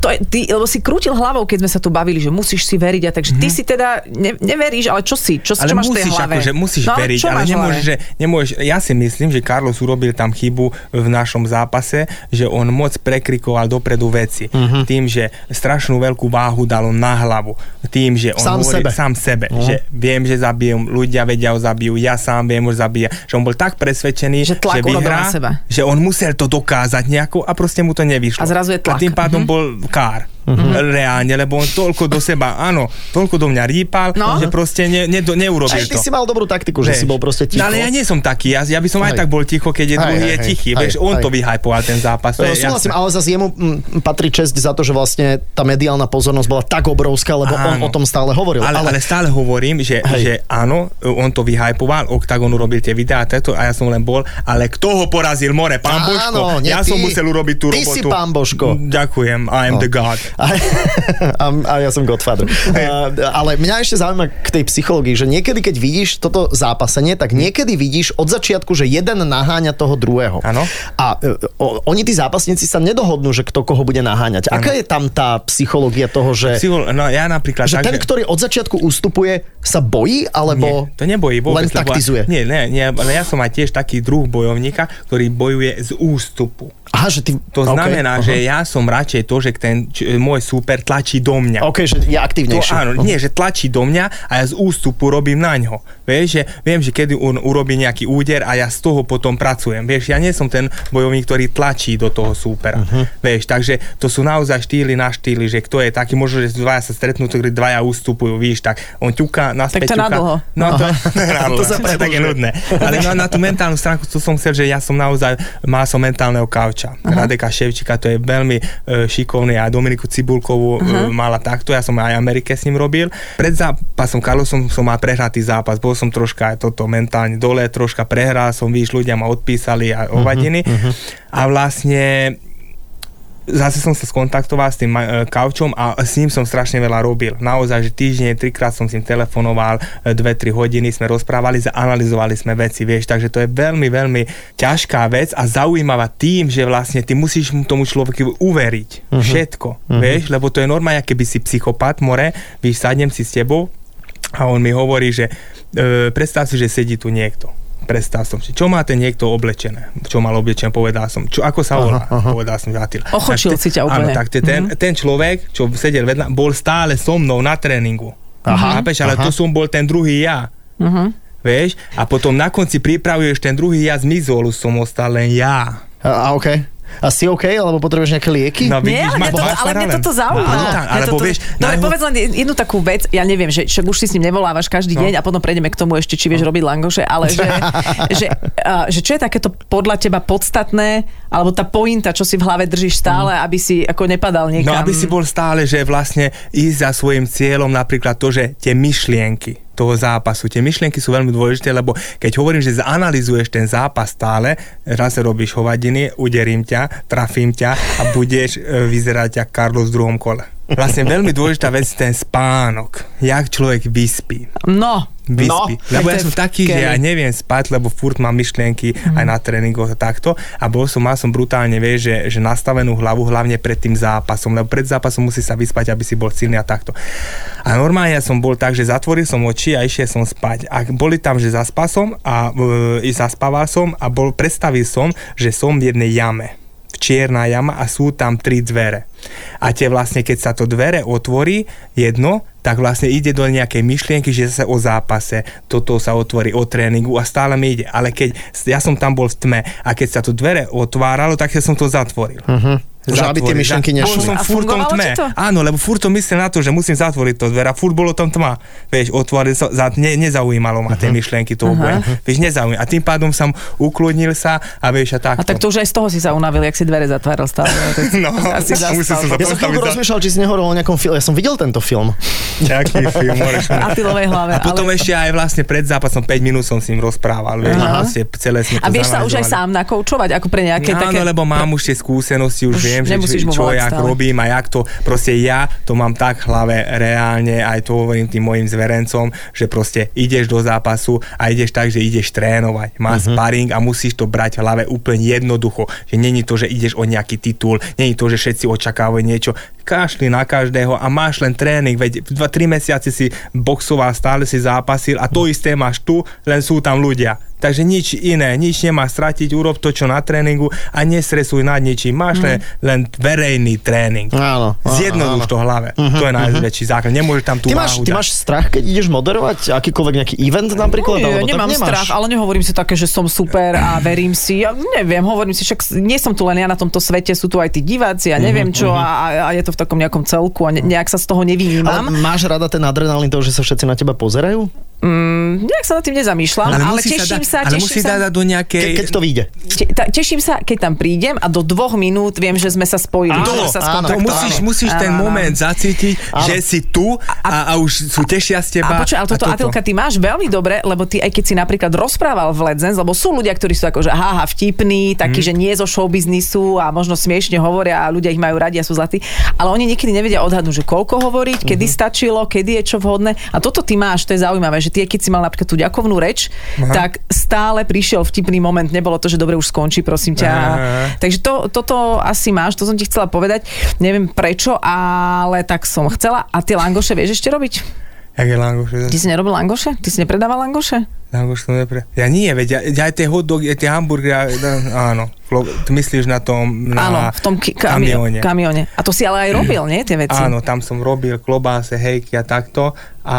[SPEAKER 5] to je, ty, lebo si krútil hlavou, keď sme sa tu bavili, že musíš si veriť a takže ty si teda ne, neveríš, ale čo si? Čo,
[SPEAKER 2] Mhm. Ale
[SPEAKER 5] si- čo máš v tej
[SPEAKER 2] musíš,
[SPEAKER 5] hlave?
[SPEAKER 2] akože, musíš
[SPEAKER 5] no,
[SPEAKER 2] veriť,
[SPEAKER 5] čo
[SPEAKER 2] ale
[SPEAKER 5] máš v
[SPEAKER 2] nemôžeš,
[SPEAKER 5] hlave?
[SPEAKER 2] že, nemôžeš, ja si myslím, že Carlos urobil tam chybu v našom zápase, že on moc prekrikoval dopredu veci.
[SPEAKER 3] Mhm.
[SPEAKER 2] Uh-huh. Tým, že strašnú veľkú váhu dal on na hlavu. Tým, že on
[SPEAKER 3] Sám
[SPEAKER 2] hovorí
[SPEAKER 3] sebe. Mhm.
[SPEAKER 2] sám sebe, uh-huh. že viem, že zabijem, ľudia vedia ho zabijú, ja sám viem, že zabije. Že on bol tak presvedčený,
[SPEAKER 5] Že tlak urobil
[SPEAKER 2] vyhrá,
[SPEAKER 5] na seba.
[SPEAKER 2] že on musel to dokázať nejako a proste mu to nevyšlo.
[SPEAKER 5] A zrazu je
[SPEAKER 2] A
[SPEAKER 5] tlak. Mhm.
[SPEAKER 2] tým pádom bol kár.
[SPEAKER 3] Mhm.
[SPEAKER 2] Mm-hmm. Reálne, lebo on toľko do seba, áno, toľko do mňa rýpal,
[SPEAKER 5] No.
[SPEAKER 2] že proste ne, ne, neurobil
[SPEAKER 3] Čiže ty
[SPEAKER 2] to.
[SPEAKER 3] si mal dobrú taktiku,
[SPEAKER 2] Vieš.
[SPEAKER 3] že si bol proste ticho.
[SPEAKER 2] No, ale ja nie som taký, ja, ja by som aj,
[SPEAKER 3] Hej.
[SPEAKER 2] tak bol ticho, keď je
[SPEAKER 3] Hej,
[SPEAKER 2] druhý
[SPEAKER 3] hej,
[SPEAKER 2] je
[SPEAKER 3] hej.
[SPEAKER 2] tichý,
[SPEAKER 3] Hej,
[SPEAKER 2] vieš, on
[SPEAKER 3] hej.
[SPEAKER 2] to vyhajpoval ten zápas, to
[SPEAKER 3] No,
[SPEAKER 2] je
[SPEAKER 3] súhlasím,
[SPEAKER 2] jasné.
[SPEAKER 3] ale zase jemu mm, patrí čest za to, že vlastne tá mediálna pozornosť bola tak obrovská, lebo on
[SPEAKER 2] Áno.
[SPEAKER 3] o tom stále hovoril.
[SPEAKER 2] Ale, ale stále hovorím, že,
[SPEAKER 3] Hej.
[SPEAKER 2] že áno, on to vyhajpoval, Octagon urobil tie videá a takto, a ja som len bol, ale kto ho porazil, more, pán
[SPEAKER 3] Áno,
[SPEAKER 2] Božko,
[SPEAKER 3] nie
[SPEAKER 2] ja
[SPEAKER 3] ty.
[SPEAKER 2] som musel urobiť tú
[SPEAKER 3] Ty
[SPEAKER 2] robotu. Mm,
[SPEAKER 3] si pán Božko.
[SPEAKER 2] Ďakujem, I am the
[SPEAKER 3] No.
[SPEAKER 2] god.
[SPEAKER 3] A, a, a ja som Godfather. A, ale mňa ešte zaujíma k tej psychológii, že niekedy, keď vidíš toto zápasenie, tak
[SPEAKER 2] Hm.
[SPEAKER 3] niekedy vidíš od začiatku, že jeden naháňa toho druhého.
[SPEAKER 2] Áno.
[SPEAKER 3] A e, o, oni, tí zápasníci, sa nedohodnú, že kto koho bude naháňať. Aká je tam tá psychológia toho, že,
[SPEAKER 2] Psychol- no ja napríklad...
[SPEAKER 3] že ten, ktorý od začiatku ustupuje, sa bojí, alebo...
[SPEAKER 2] Nie, to nebojí vôbec.
[SPEAKER 3] Len
[SPEAKER 2] lebo-
[SPEAKER 3] taktizuje.
[SPEAKER 2] Nie, nie, nie, ale ja som aj tiež taký druh bojovníka, ktorý bojuje z ústupu.
[SPEAKER 3] Aha, že ty...
[SPEAKER 2] To
[SPEAKER 3] OK,
[SPEAKER 2] znamená,
[SPEAKER 3] aha.
[SPEAKER 2] že ja som radšej to, že ten č- môj súper tlačí do mňa.
[SPEAKER 3] OK, že je
[SPEAKER 2] To,
[SPEAKER 3] aktívnejší.
[SPEAKER 2] áno, nie, že tlačí do mňa a ja z ústupu robím na ňo. Vieš, že viem, že kedy on urobí nejaký úder a ja z toho potom pracujem. Vieš, ja nie som ten bojovník, ktorý tlačí do toho súpera. Uh-huh.
[SPEAKER 3] Mhm.
[SPEAKER 2] Vieš, takže to sú naozaj štýly na štýly, že kto je taký, možno, že dvaja sa stretnú, tak dvaja ustupujú, víš, tak on ťuká, naspäť
[SPEAKER 5] to
[SPEAKER 2] ťuká.
[SPEAKER 5] nadlho.
[SPEAKER 2] No to,
[SPEAKER 3] To sa
[SPEAKER 2] to je také
[SPEAKER 3] predĺžuje.
[SPEAKER 2] nudné. Ale No, na, na tú mentálnu stránku to som chcel, že ja som naozaj, má som mentálneho kauča. Aha. Radeka Ševčíka, to je veľmi e, šikovný a Dominiku Cibulkovú e, mala takto, ja som aj Amerike s ním robil. Pred zápasom Karlosom som mal prehratý zápas, bol som troška aj toto mentálne dole, troška prehral som, víš, ľudia ma odpísali a ovadiny. A vlastne zase som sa skontaktoval s tým ma- e, kaučom a s ním som strašne veľa robil. Naozaj, že týždne, trikrát som s ním telefonoval, 2-3 hodiny sme rozprávali, zanalizovali sme veci, vieš, takže to je veľmi, veľmi ťažká vec a zaujímavá tým, že vlastne ty musíš mu- tomu človeku uveriť uh-huh. všetko, uh-huh. vieš, lebo to je normálne, keby si psychopat, more, víš, sadnem si s tebou a on mi hovorí, že e, predstav si, že sedí tu niekto. Predstav som si, čo má ten niekto oblečené. Čo mal oblečené, povedal som. Čo, ako sa volá? Povedal som, že Atila. Tak
[SPEAKER 5] Ochočil si ťa úplne. Mhm.
[SPEAKER 2] Áno, tak te- ten, mm-hmm. ten človek, čo sedel vedľa, bol stále so mnou na tréningu. Aha, Chápeš, ale
[SPEAKER 3] aha.
[SPEAKER 2] to som bol ten druhý ja.
[SPEAKER 5] Mhm.
[SPEAKER 2] Vieš? A potom na konci pripravuješ ten druhý ja z Mizolu, som ostal len ja.
[SPEAKER 3] A, a OK. A si OK, alebo potrebuješ nejaké lieky?
[SPEAKER 2] No,
[SPEAKER 5] Nie,
[SPEAKER 2] vidíš,
[SPEAKER 5] ale mňa,
[SPEAKER 2] máš-
[SPEAKER 5] toto,
[SPEAKER 2] máš
[SPEAKER 5] ale mňa
[SPEAKER 2] paralel.
[SPEAKER 5] toto zaujíma.
[SPEAKER 2] Áno, tak,
[SPEAKER 5] Mňa
[SPEAKER 2] alebo
[SPEAKER 5] toto-
[SPEAKER 2] vieš,
[SPEAKER 5] Dobre,
[SPEAKER 2] najhor-
[SPEAKER 5] povedz len jednu takú vec, ja neviem, že však už si s ním nevolávaš každý
[SPEAKER 2] No.
[SPEAKER 5] deň a potom prejdeme k tomu ešte, či vieš robiť langoše, ale že, že, a, že čo je takéto podľa teba podstatné, alebo tá pointa, čo si v hlave držíš stále, aby si ako nepadal niekam.
[SPEAKER 2] Mm. No aby si bol stále, že vlastne ísť za svojim cieľom, napríklad to, že tie myšlienky toho zápasu. Tie myšlienky sú veľmi dôležité, lebo keď hovorím, že zanalizuješ ten zápas stále, raz robíš hovadiny, uderím ťa, trafím ťa a budeš e, vyzerať ako Carlos v druhom kole. Vlastne veľmi dôležitá vec je ten spánok. Jak človek vyspí.
[SPEAKER 5] No.
[SPEAKER 2] Vyspí.
[SPEAKER 5] No,
[SPEAKER 2] No, lebo
[SPEAKER 5] tak
[SPEAKER 2] ja
[SPEAKER 5] to je Mhm.
[SPEAKER 2] som taký,
[SPEAKER 5] skvelé.
[SPEAKER 2] že ja neviem spať, lebo furt mám myšlienky mm. aj na tréningoch a takto. A bol som, mal som brutálne, vieš, že, že nastavenú hlavu, hlavne pred tým zápasom, lebo pred zápasom musí sa vyspať, aby si bol silný a takto. A normálne ja som bol tak, že zatvoril som oči a išiel som spať. A boli tam, že zaspal som a e, i zaspával som a bol, predstavil som, že som v jednej jame čierna jama a sú tam tri dvere. A tie vlastne, keď sa to dvere otvorí, jedno, tak vlastne ide do nejakej myšlienky, že zase o zápase, toto sa otvorí o tréningu a stále mi ide. Ale keď ja som tam bol v tme a keď sa to dvere otváralo, tak ja som to zatvoril. Uh-huh.
[SPEAKER 3] Mhm. Že aby tie myšlienky nešli.
[SPEAKER 2] Bol som
[SPEAKER 5] A
[SPEAKER 2] furt v tom
[SPEAKER 5] fungovalo
[SPEAKER 2] tme.
[SPEAKER 5] ti to?
[SPEAKER 2] Áno, lebo furt to myslím na to, že musím zatvoriť to dvere a furt bolo tam tma. Vieš, otvoril som, za, ne, nezaujímalo ma
[SPEAKER 3] Mhm.
[SPEAKER 2] tie myšlienky toho boja. Vieš, nezaujímalo. A tým pádom som ukludnil sa a vieš a takto.
[SPEAKER 5] A tak to už aj z toho si sa unavil, jak si dvere zatváral stále.
[SPEAKER 2] No,
[SPEAKER 5] Asi zaspal.
[SPEAKER 2] musel som sa
[SPEAKER 3] Ja som
[SPEAKER 2] postaviť
[SPEAKER 3] chvíľku
[SPEAKER 2] za
[SPEAKER 3] rozmýšľal, či si nehovoril o nejakom filme. Ja som videl tento film.
[SPEAKER 2] taký film. môžeš mať.
[SPEAKER 5] Atilovej hlave.
[SPEAKER 2] A potom
[SPEAKER 5] ale...
[SPEAKER 2] ešte aj vlastne pred zápasom 5 minút som s ním rozprával. Vieš,
[SPEAKER 5] Aha.
[SPEAKER 2] vlastne celé sme to
[SPEAKER 5] A vieš sa už aj
[SPEAKER 2] zanalizovali.
[SPEAKER 5] sám nakoučovať, ako pre nejaké
[SPEAKER 2] Áno,
[SPEAKER 5] také...
[SPEAKER 2] lebo mám už tie skúsenosti, už,
[SPEAKER 5] Už
[SPEAKER 2] viem, že
[SPEAKER 5] nemusíš
[SPEAKER 2] čo,
[SPEAKER 5] mu
[SPEAKER 2] čo
[SPEAKER 5] volať
[SPEAKER 2] ja
[SPEAKER 5] stále.
[SPEAKER 2] robím a jak to, proste ja to mám tak v hlave reálne, aj to hovorím tým mojim zverencom, že proste ideš do zápasu a ideš tak, že ideš trénovať, má uh-huh. sparing a musíš to brať v hlave úplne jednoducho, že není to, že ideš o nejaký titul, není to, že všetci očakávajú niečo, kašli na každého a máš len tréning, veď 2-3 mesiace si boxoval, stále si zápasil a to isté máš tu, len sú tam ľudia. Takže nič iné, nič nemá stratiť, urob to, čo na tréningu a nestresuj nad ničím. Máš len, len verejný tréning.
[SPEAKER 3] Áno, áno,
[SPEAKER 2] Zjednoduš to hlave. To je najväčší základ. Nemôžeš tam tú
[SPEAKER 3] Ty máš,
[SPEAKER 2] váhu
[SPEAKER 3] ty
[SPEAKER 2] dať.
[SPEAKER 3] máš strach, keď ideš moderovať akýkoľvek nejaký event napríklad?
[SPEAKER 5] Nie,
[SPEAKER 3] alebo tak
[SPEAKER 5] nemám
[SPEAKER 3] nemáš?
[SPEAKER 5] strach, ale nehovorím si také, že som super a verím si. Ja neviem, hovorím si, však nie som tu len ja na tomto svete, sú tu aj tí diváci a neviem čo a, a- a je to v takom nejakom celku a ne, nejak sa z toho
[SPEAKER 3] Ale
[SPEAKER 5] nevynímam.
[SPEAKER 3] máš rada ten adrenalín toho, že sa všetci na teba pozerajú?
[SPEAKER 5] Mm, nejak sa nad tým nezamýšľam, ale, ale
[SPEAKER 2] musí
[SPEAKER 5] teším sa,
[SPEAKER 2] dá- ale musí
[SPEAKER 5] teším sa.
[SPEAKER 2] sa dať do nejakej...
[SPEAKER 3] Ke, keď to vyjde.
[SPEAKER 5] Te, ta, teším sa, keď tam prídem a do dvoch minút viem, že sme sa spojili.
[SPEAKER 2] Áno,
[SPEAKER 5] že sme sa
[SPEAKER 3] áno,
[SPEAKER 2] to
[SPEAKER 3] Tak to
[SPEAKER 2] musíš,
[SPEAKER 3] áno.
[SPEAKER 2] musíš ten
[SPEAKER 5] Áno, áno.
[SPEAKER 2] moment zacítiť,
[SPEAKER 3] Áno.
[SPEAKER 2] že si tu a, a už sú tešia z teba.
[SPEAKER 5] A počuj, ale toto,
[SPEAKER 2] toto.
[SPEAKER 5] Atelka, ty máš veľmi dobre, lebo ty, aj keď si napríklad rozprával v Ledzens, lebo sú ľudia, ktorí sú akože haha vtipní, takí, že nie zo showbiznisu a možno smiešne hovoria a ľudia ich majú radi a sú zlatí, ale oni niekedy nevedia odhadnúť, že koľko hovoriť, kedy stačilo, kedy je čo vhodné. A toto ty máš, to je zaujímavé, že ty, aj keď si mal napríklad tú ďakovnú reč, Aha. tak stále prišiel vtipný moment, nebolo to, že dobre už skončí, prosím ťa.
[SPEAKER 2] Aha.
[SPEAKER 5] Takže to, toto asi máš, to som ti chcela povedať, neviem prečo, ale tak som chcela. A tie langoše vieš ešte robiť?
[SPEAKER 2] Jak je langoš?
[SPEAKER 5] Ty si nerobil langoše? Ty si nepredával langoše?
[SPEAKER 2] Langoš to nepre... Ja nie, veď, ja, ja aj tie hot dogy, aj tie hamburgery, ja, áno. Lo- Ty myslíš na tom, na Mm.
[SPEAKER 5] Áno, v tom ki- kamione. kamione. A to si ale aj robil, nie, tie veci?
[SPEAKER 2] Áno, tam som robil klobáse, hejky a takto a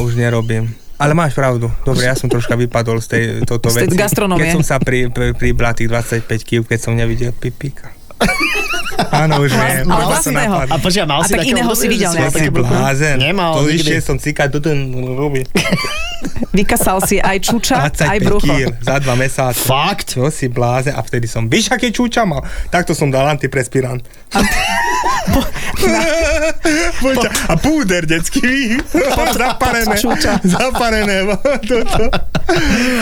[SPEAKER 2] už nerobím. Ale máš pravdu. Dobre, ja som troška vypadol z tej toto
[SPEAKER 5] Z tej
[SPEAKER 2] veci.
[SPEAKER 5] gastronómie.
[SPEAKER 2] Keď som sa pri, pri, pribral tých 25 kg, keď som nevidel pipíka. Áno, už viem.
[SPEAKER 5] ale
[SPEAKER 2] toto sa
[SPEAKER 5] vlastného.
[SPEAKER 2] napadlo.
[SPEAKER 3] A počkaj, mal
[SPEAKER 5] A
[SPEAKER 3] si
[SPEAKER 5] tak
[SPEAKER 3] také
[SPEAKER 5] iného
[SPEAKER 3] obdobie,
[SPEAKER 5] si
[SPEAKER 3] že
[SPEAKER 5] videl
[SPEAKER 2] Ja
[SPEAKER 3] mal
[SPEAKER 5] nejaké
[SPEAKER 3] také
[SPEAKER 2] som
[SPEAKER 3] blbé-
[SPEAKER 2] blázen.
[SPEAKER 3] Nemal
[SPEAKER 2] to
[SPEAKER 3] nikdy.
[SPEAKER 2] išiel som cikať, toto robí.
[SPEAKER 5] Vykasal si aj čuča, aj
[SPEAKER 2] 25
[SPEAKER 5] brucho.
[SPEAKER 2] kg za dva mesiace.
[SPEAKER 3] Fakt?
[SPEAKER 2] Čo si bláze? A vtedy som, víš, aké čúča mal? Takto som dal antipirespirant. Poďte, a púder, detský. Zaparené.
[SPEAKER 5] čúča.
[SPEAKER 2] Zaparené. Toto.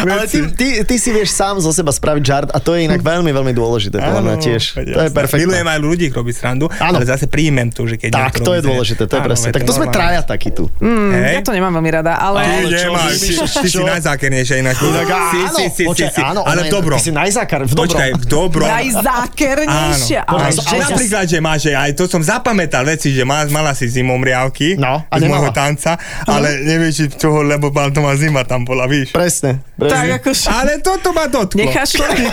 [SPEAKER 3] Ale ty, ty, ty si vieš sám zo seba spraviť žart a to je inak veľmi, veľmi dôležité podľa mňa tiež. To je
[SPEAKER 2] Milujem
[SPEAKER 3] perfektné.
[SPEAKER 2] aj ľudí, kto robí srandu,
[SPEAKER 3] Áno.
[SPEAKER 2] ale zase príjmem to, že keď
[SPEAKER 3] Tak,
[SPEAKER 2] niekto
[SPEAKER 3] to
[SPEAKER 2] robí
[SPEAKER 3] je dôležité, to je
[SPEAKER 2] Áno,
[SPEAKER 3] presne.
[SPEAKER 2] veď
[SPEAKER 3] Tak to sme
[SPEAKER 2] normálne.
[SPEAKER 3] traja takí tu.
[SPEAKER 2] Hej.
[SPEAKER 5] Ja to nemám veľmi rada,
[SPEAKER 2] Ty
[SPEAKER 5] ale...
[SPEAKER 3] Ale čo
[SPEAKER 2] nemáš,
[SPEAKER 3] myslíš?
[SPEAKER 2] ty, ty si
[SPEAKER 3] Čo?
[SPEAKER 2] najzákernejšia ináč.
[SPEAKER 3] Tak
[SPEAKER 2] Si, si, si, si,
[SPEAKER 3] počkaj,
[SPEAKER 2] si.
[SPEAKER 3] áno,
[SPEAKER 2] Ale
[SPEAKER 3] ono je-
[SPEAKER 2] dobro.
[SPEAKER 3] Ty si najzákar, v dobrom.
[SPEAKER 2] Počkaj, v dobrom.
[SPEAKER 5] Najzákernejšia.
[SPEAKER 2] Áno.
[SPEAKER 5] Ale
[SPEAKER 2] Ale,
[SPEAKER 3] Áno,
[SPEAKER 5] že
[SPEAKER 2] ale
[SPEAKER 5] ťa-
[SPEAKER 2] napríklad, že máš, že aj to som zapamätal veci, že má, mala si zimom riavky
[SPEAKER 3] No, a
[SPEAKER 2] z
[SPEAKER 3] nemala.
[SPEAKER 2] môjho tanca,
[SPEAKER 3] No.
[SPEAKER 2] ale nevieš, či čoho, lebo mal to má zima tam bola, víš.
[SPEAKER 3] Presne.
[SPEAKER 5] Tak
[SPEAKER 3] presne.
[SPEAKER 5] akože...
[SPEAKER 2] Ale toto ma dotklo.
[SPEAKER 5] Necháš človeka...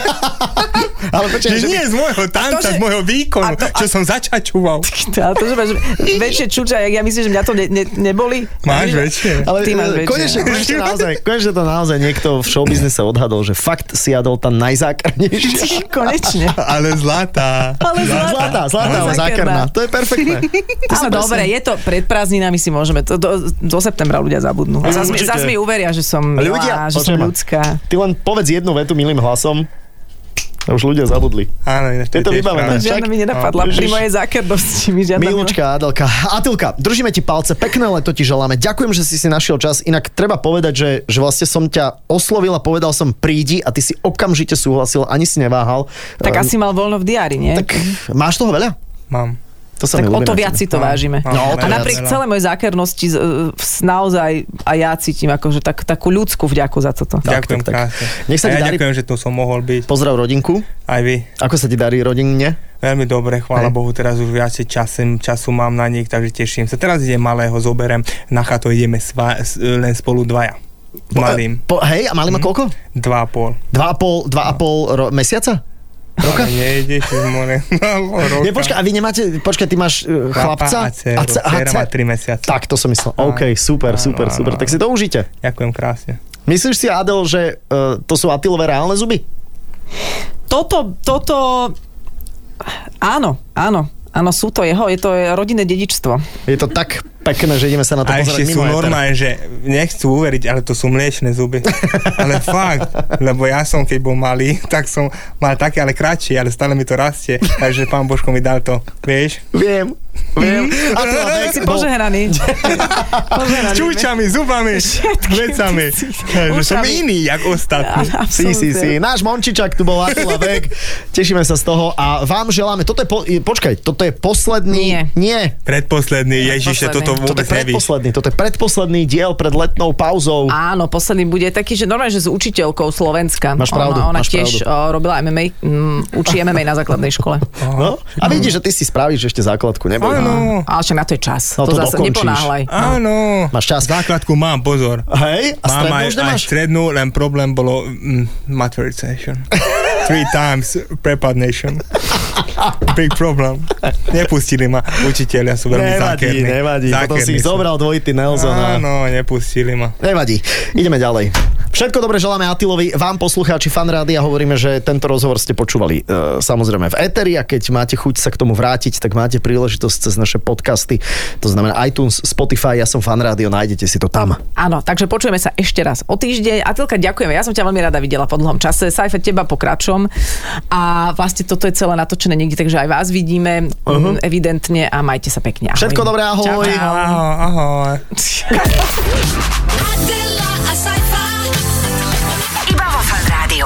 [SPEAKER 3] Ale počkaj,
[SPEAKER 2] Že
[SPEAKER 3] že
[SPEAKER 2] nie z môjho tanca,
[SPEAKER 5] že-
[SPEAKER 2] z môjho výkonu, čo som začačúval.
[SPEAKER 5] Ale to, že máš väčšie čuča, jak ja myslím, že mňa to ne, ne, neboli.
[SPEAKER 2] Máš väčšie?
[SPEAKER 3] Ale
[SPEAKER 5] Ty máš
[SPEAKER 3] e,
[SPEAKER 5] väčšie.
[SPEAKER 3] konečne, konečne, naozaj, konečne to naozaj niekto v showbiznese odhadol, že fakt si jadol tá najzákarnejšia.
[SPEAKER 5] Konečne.
[SPEAKER 2] Ale zlatá.
[SPEAKER 5] Ale zlatá.
[SPEAKER 3] Zlatá, zlatá, ale zákerná. To je perfektné. To si
[SPEAKER 5] Ale
[SPEAKER 3] presne-
[SPEAKER 5] dobre, je to pred prázdninami si môžeme, to, do, do septembra ľudia
[SPEAKER 2] Mm,
[SPEAKER 5] zabudnú. A zase mi-
[SPEAKER 3] Určite.
[SPEAKER 5] zase mi uveria, že som milá,
[SPEAKER 3] Ľudia,
[SPEAKER 5] že som
[SPEAKER 3] počujem ma.
[SPEAKER 5] ľudská.
[SPEAKER 3] Ty len povedz jednu vetu milým hlasom. A už ľudia zabudli.
[SPEAKER 2] Áno, ináč,
[SPEAKER 3] Je to
[SPEAKER 2] tiež
[SPEAKER 3] vybavené.
[SPEAKER 2] pravda.
[SPEAKER 5] Žiadna
[SPEAKER 3] Však-
[SPEAKER 5] mi nenapadla
[SPEAKER 3] Ježiš.
[SPEAKER 5] pri mojej zákernosti. Mi žiadna
[SPEAKER 3] Milúčka, Adelka. Atulka, držíme ti palce, pekné leto ti želáme. Ďakujem, že si si našiel čas. Inak treba povedať, že, že vlastne som ťa oslovil a povedal som prídi a ty si okamžite súhlasil, ani si neváhal.
[SPEAKER 5] Tak
[SPEAKER 3] Ehm,
[SPEAKER 5] asi mal voľno v diári, nie?
[SPEAKER 3] tak máš toho veľa?
[SPEAKER 2] Mám.
[SPEAKER 3] To sa mi
[SPEAKER 5] tak o
[SPEAKER 3] ľúbi
[SPEAKER 5] to
[SPEAKER 3] na
[SPEAKER 5] viac
[SPEAKER 3] tebe.
[SPEAKER 5] si to
[SPEAKER 2] Áno,
[SPEAKER 5] vážime.
[SPEAKER 2] áno,
[SPEAKER 3] No, o
[SPEAKER 5] a
[SPEAKER 3] to viac.
[SPEAKER 5] napriek celé mojej zákernosti z- e, s- naozaj a ja cítim akože tak, takú ľudskú vďaku za toto.
[SPEAKER 3] Tak,
[SPEAKER 2] Ďakujem
[SPEAKER 3] tak, tak.
[SPEAKER 2] krásne.
[SPEAKER 3] Nech
[SPEAKER 2] A
[SPEAKER 3] sa ti
[SPEAKER 2] ja
[SPEAKER 3] darí.
[SPEAKER 2] ďakujem, že tu som mohol byť.
[SPEAKER 3] Pozdrav rodinku.
[SPEAKER 2] Aj vy.
[SPEAKER 3] Ako sa ti darí rodinne?
[SPEAKER 2] Veľmi dobre, chvála
[SPEAKER 3] Hej.
[SPEAKER 2] Bohu, teraz už viacej časem, času mám na nich, takže teším sa. Teraz idem malého, zoberem, na chatu ideme sva, s, len spolu dvaja. S Malým, Mhm.
[SPEAKER 3] Po, hej, a mali ma koľko?
[SPEAKER 2] dva a pol.
[SPEAKER 3] Dva a pol, dva a pol ro- mesiaca? Roka?
[SPEAKER 2] Ale nejdeš z more.
[SPEAKER 3] Nie, počkaj, a vy nemáte, počkaj, ty máš e,
[SPEAKER 2] A
[SPEAKER 3] chlapca?
[SPEAKER 2] dceru.
[SPEAKER 3] ce- aha,
[SPEAKER 2] Dcera má
[SPEAKER 3] ce-
[SPEAKER 2] 3 mesiace.
[SPEAKER 3] Tak, to som myslel. OK, super,
[SPEAKER 2] Áno,
[SPEAKER 3] super,
[SPEAKER 2] áno,
[SPEAKER 3] super. Tak si to užite.
[SPEAKER 2] Ďakujem krásne.
[SPEAKER 3] Myslíš si, Adel, že uh, to sú Atilové reálne zuby?
[SPEAKER 5] Toto, toto... Áno, áno. Áno, sú to jeho, je to rodinné dedičstvo.
[SPEAKER 3] Je to tak pekné, že ideme sa na to
[SPEAKER 2] A
[SPEAKER 3] pozerať
[SPEAKER 2] ešte sú
[SPEAKER 3] mimo éter.
[SPEAKER 2] normálne, že nechcú uveriť, ale to sú mliečne zuby. ale fakt, lebo ja som, keď bol malý, tak som mal také, ale kratšie, ale stále mi to rastie. Takže pán Božko mi dal to, vieš?
[SPEAKER 3] Viem, viem. Atila Beck
[SPEAKER 5] Si
[SPEAKER 3] bol-
[SPEAKER 5] požehnaný.
[SPEAKER 2] S
[SPEAKER 5] požehnaný.
[SPEAKER 2] čúčami, zubami, vecami. Takže som
[SPEAKER 5] Ušami.
[SPEAKER 2] iný, jak ostatní.
[SPEAKER 3] Si, si, si. Náš Mončičak tu bol Atila Vek. Tešíme sa z toho a vám želáme, toto je, po, je- počkaj, toto je
[SPEAKER 5] Nie.
[SPEAKER 3] posledný, nie,
[SPEAKER 2] Predposledný, Ježiše, toto
[SPEAKER 3] toto
[SPEAKER 5] Predposledný.
[SPEAKER 2] vôbec
[SPEAKER 3] je
[SPEAKER 2] nevíš.
[SPEAKER 3] predposledný, toto je predposledný diel pred letnou pauzou.
[SPEAKER 5] Áno, posledný bude taký, že normálne, že s učiteľkou Slovenska.
[SPEAKER 3] Máš pravdu,
[SPEAKER 5] Ona, ona
[SPEAKER 3] máš
[SPEAKER 5] tiež
[SPEAKER 3] pravdu.
[SPEAKER 5] O, robila MMA, mm, učí MMA na základnej škole.
[SPEAKER 3] No? A vidíš, že ty si spravíš ešte základku, neboj.
[SPEAKER 2] Áno,
[SPEAKER 5] Ale však na to je čas.
[SPEAKER 3] No,
[SPEAKER 5] to,
[SPEAKER 3] to
[SPEAKER 5] zase
[SPEAKER 3] dokončíš.
[SPEAKER 5] neponáhľaj.
[SPEAKER 2] áno.
[SPEAKER 3] Máš čas.
[SPEAKER 2] Základku mám, pozor.
[SPEAKER 3] Hej, a
[SPEAKER 2] Mám
[SPEAKER 3] strednú
[SPEAKER 2] aj,
[SPEAKER 3] už nemáš?
[SPEAKER 2] aj strednú, len problém bolo mm, maturization. Three times prepadnation. Big problem. Nepustili ma. Učiteľia sú veľmi
[SPEAKER 3] Nevadí,
[SPEAKER 2] zákerní.
[SPEAKER 3] nevadí, potom si
[SPEAKER 2] Zákerní
[SPEAKER 3] ich
[SPEAKER 2] sú.
[SPEAKER 3] zobral dvojitý Nelson a
[SPEAKER 2] Áno, nepustili ma.
[SPEAKER 3] Nevadí. Ideme ďalej. Všetko dobre želáme Atilovi, vám poslucháči fanrády a hovoríme, že tento rozhovor ste počúvali e, samozrejme v Eteri a keď máte chuť sa k tomu vrátiť, tak máte príležitosť cez naše podcasty, to znamená iTunes, Spotify, ja som fanrádio, nájdete si to tam.
[SPEAKER 5] Áno, takže počujeme sa ešte raz o týždeň. Atilka, ďakujeme. Ja som ťa veľmi rada videla po dlhom čase. Sajfe, teba pokračom. A vlastne toto je celé natočené niekde, takže aj vás vidíme uh-huh. evidentne a majte sa pekne.
[SPEAKER 3] Mhm.
[SPEAKER 5] Ahoj.
[SPEAKER 3] Všetko dobré, ahoj.
[SPEAKER 5] Čau, čau.
[SPEAKER 2] Ahoj, ahoj.
[SPEAKER 4] Adela, a sci-fi.
[SPEAKER 1] Iba vo Fan Rádiu.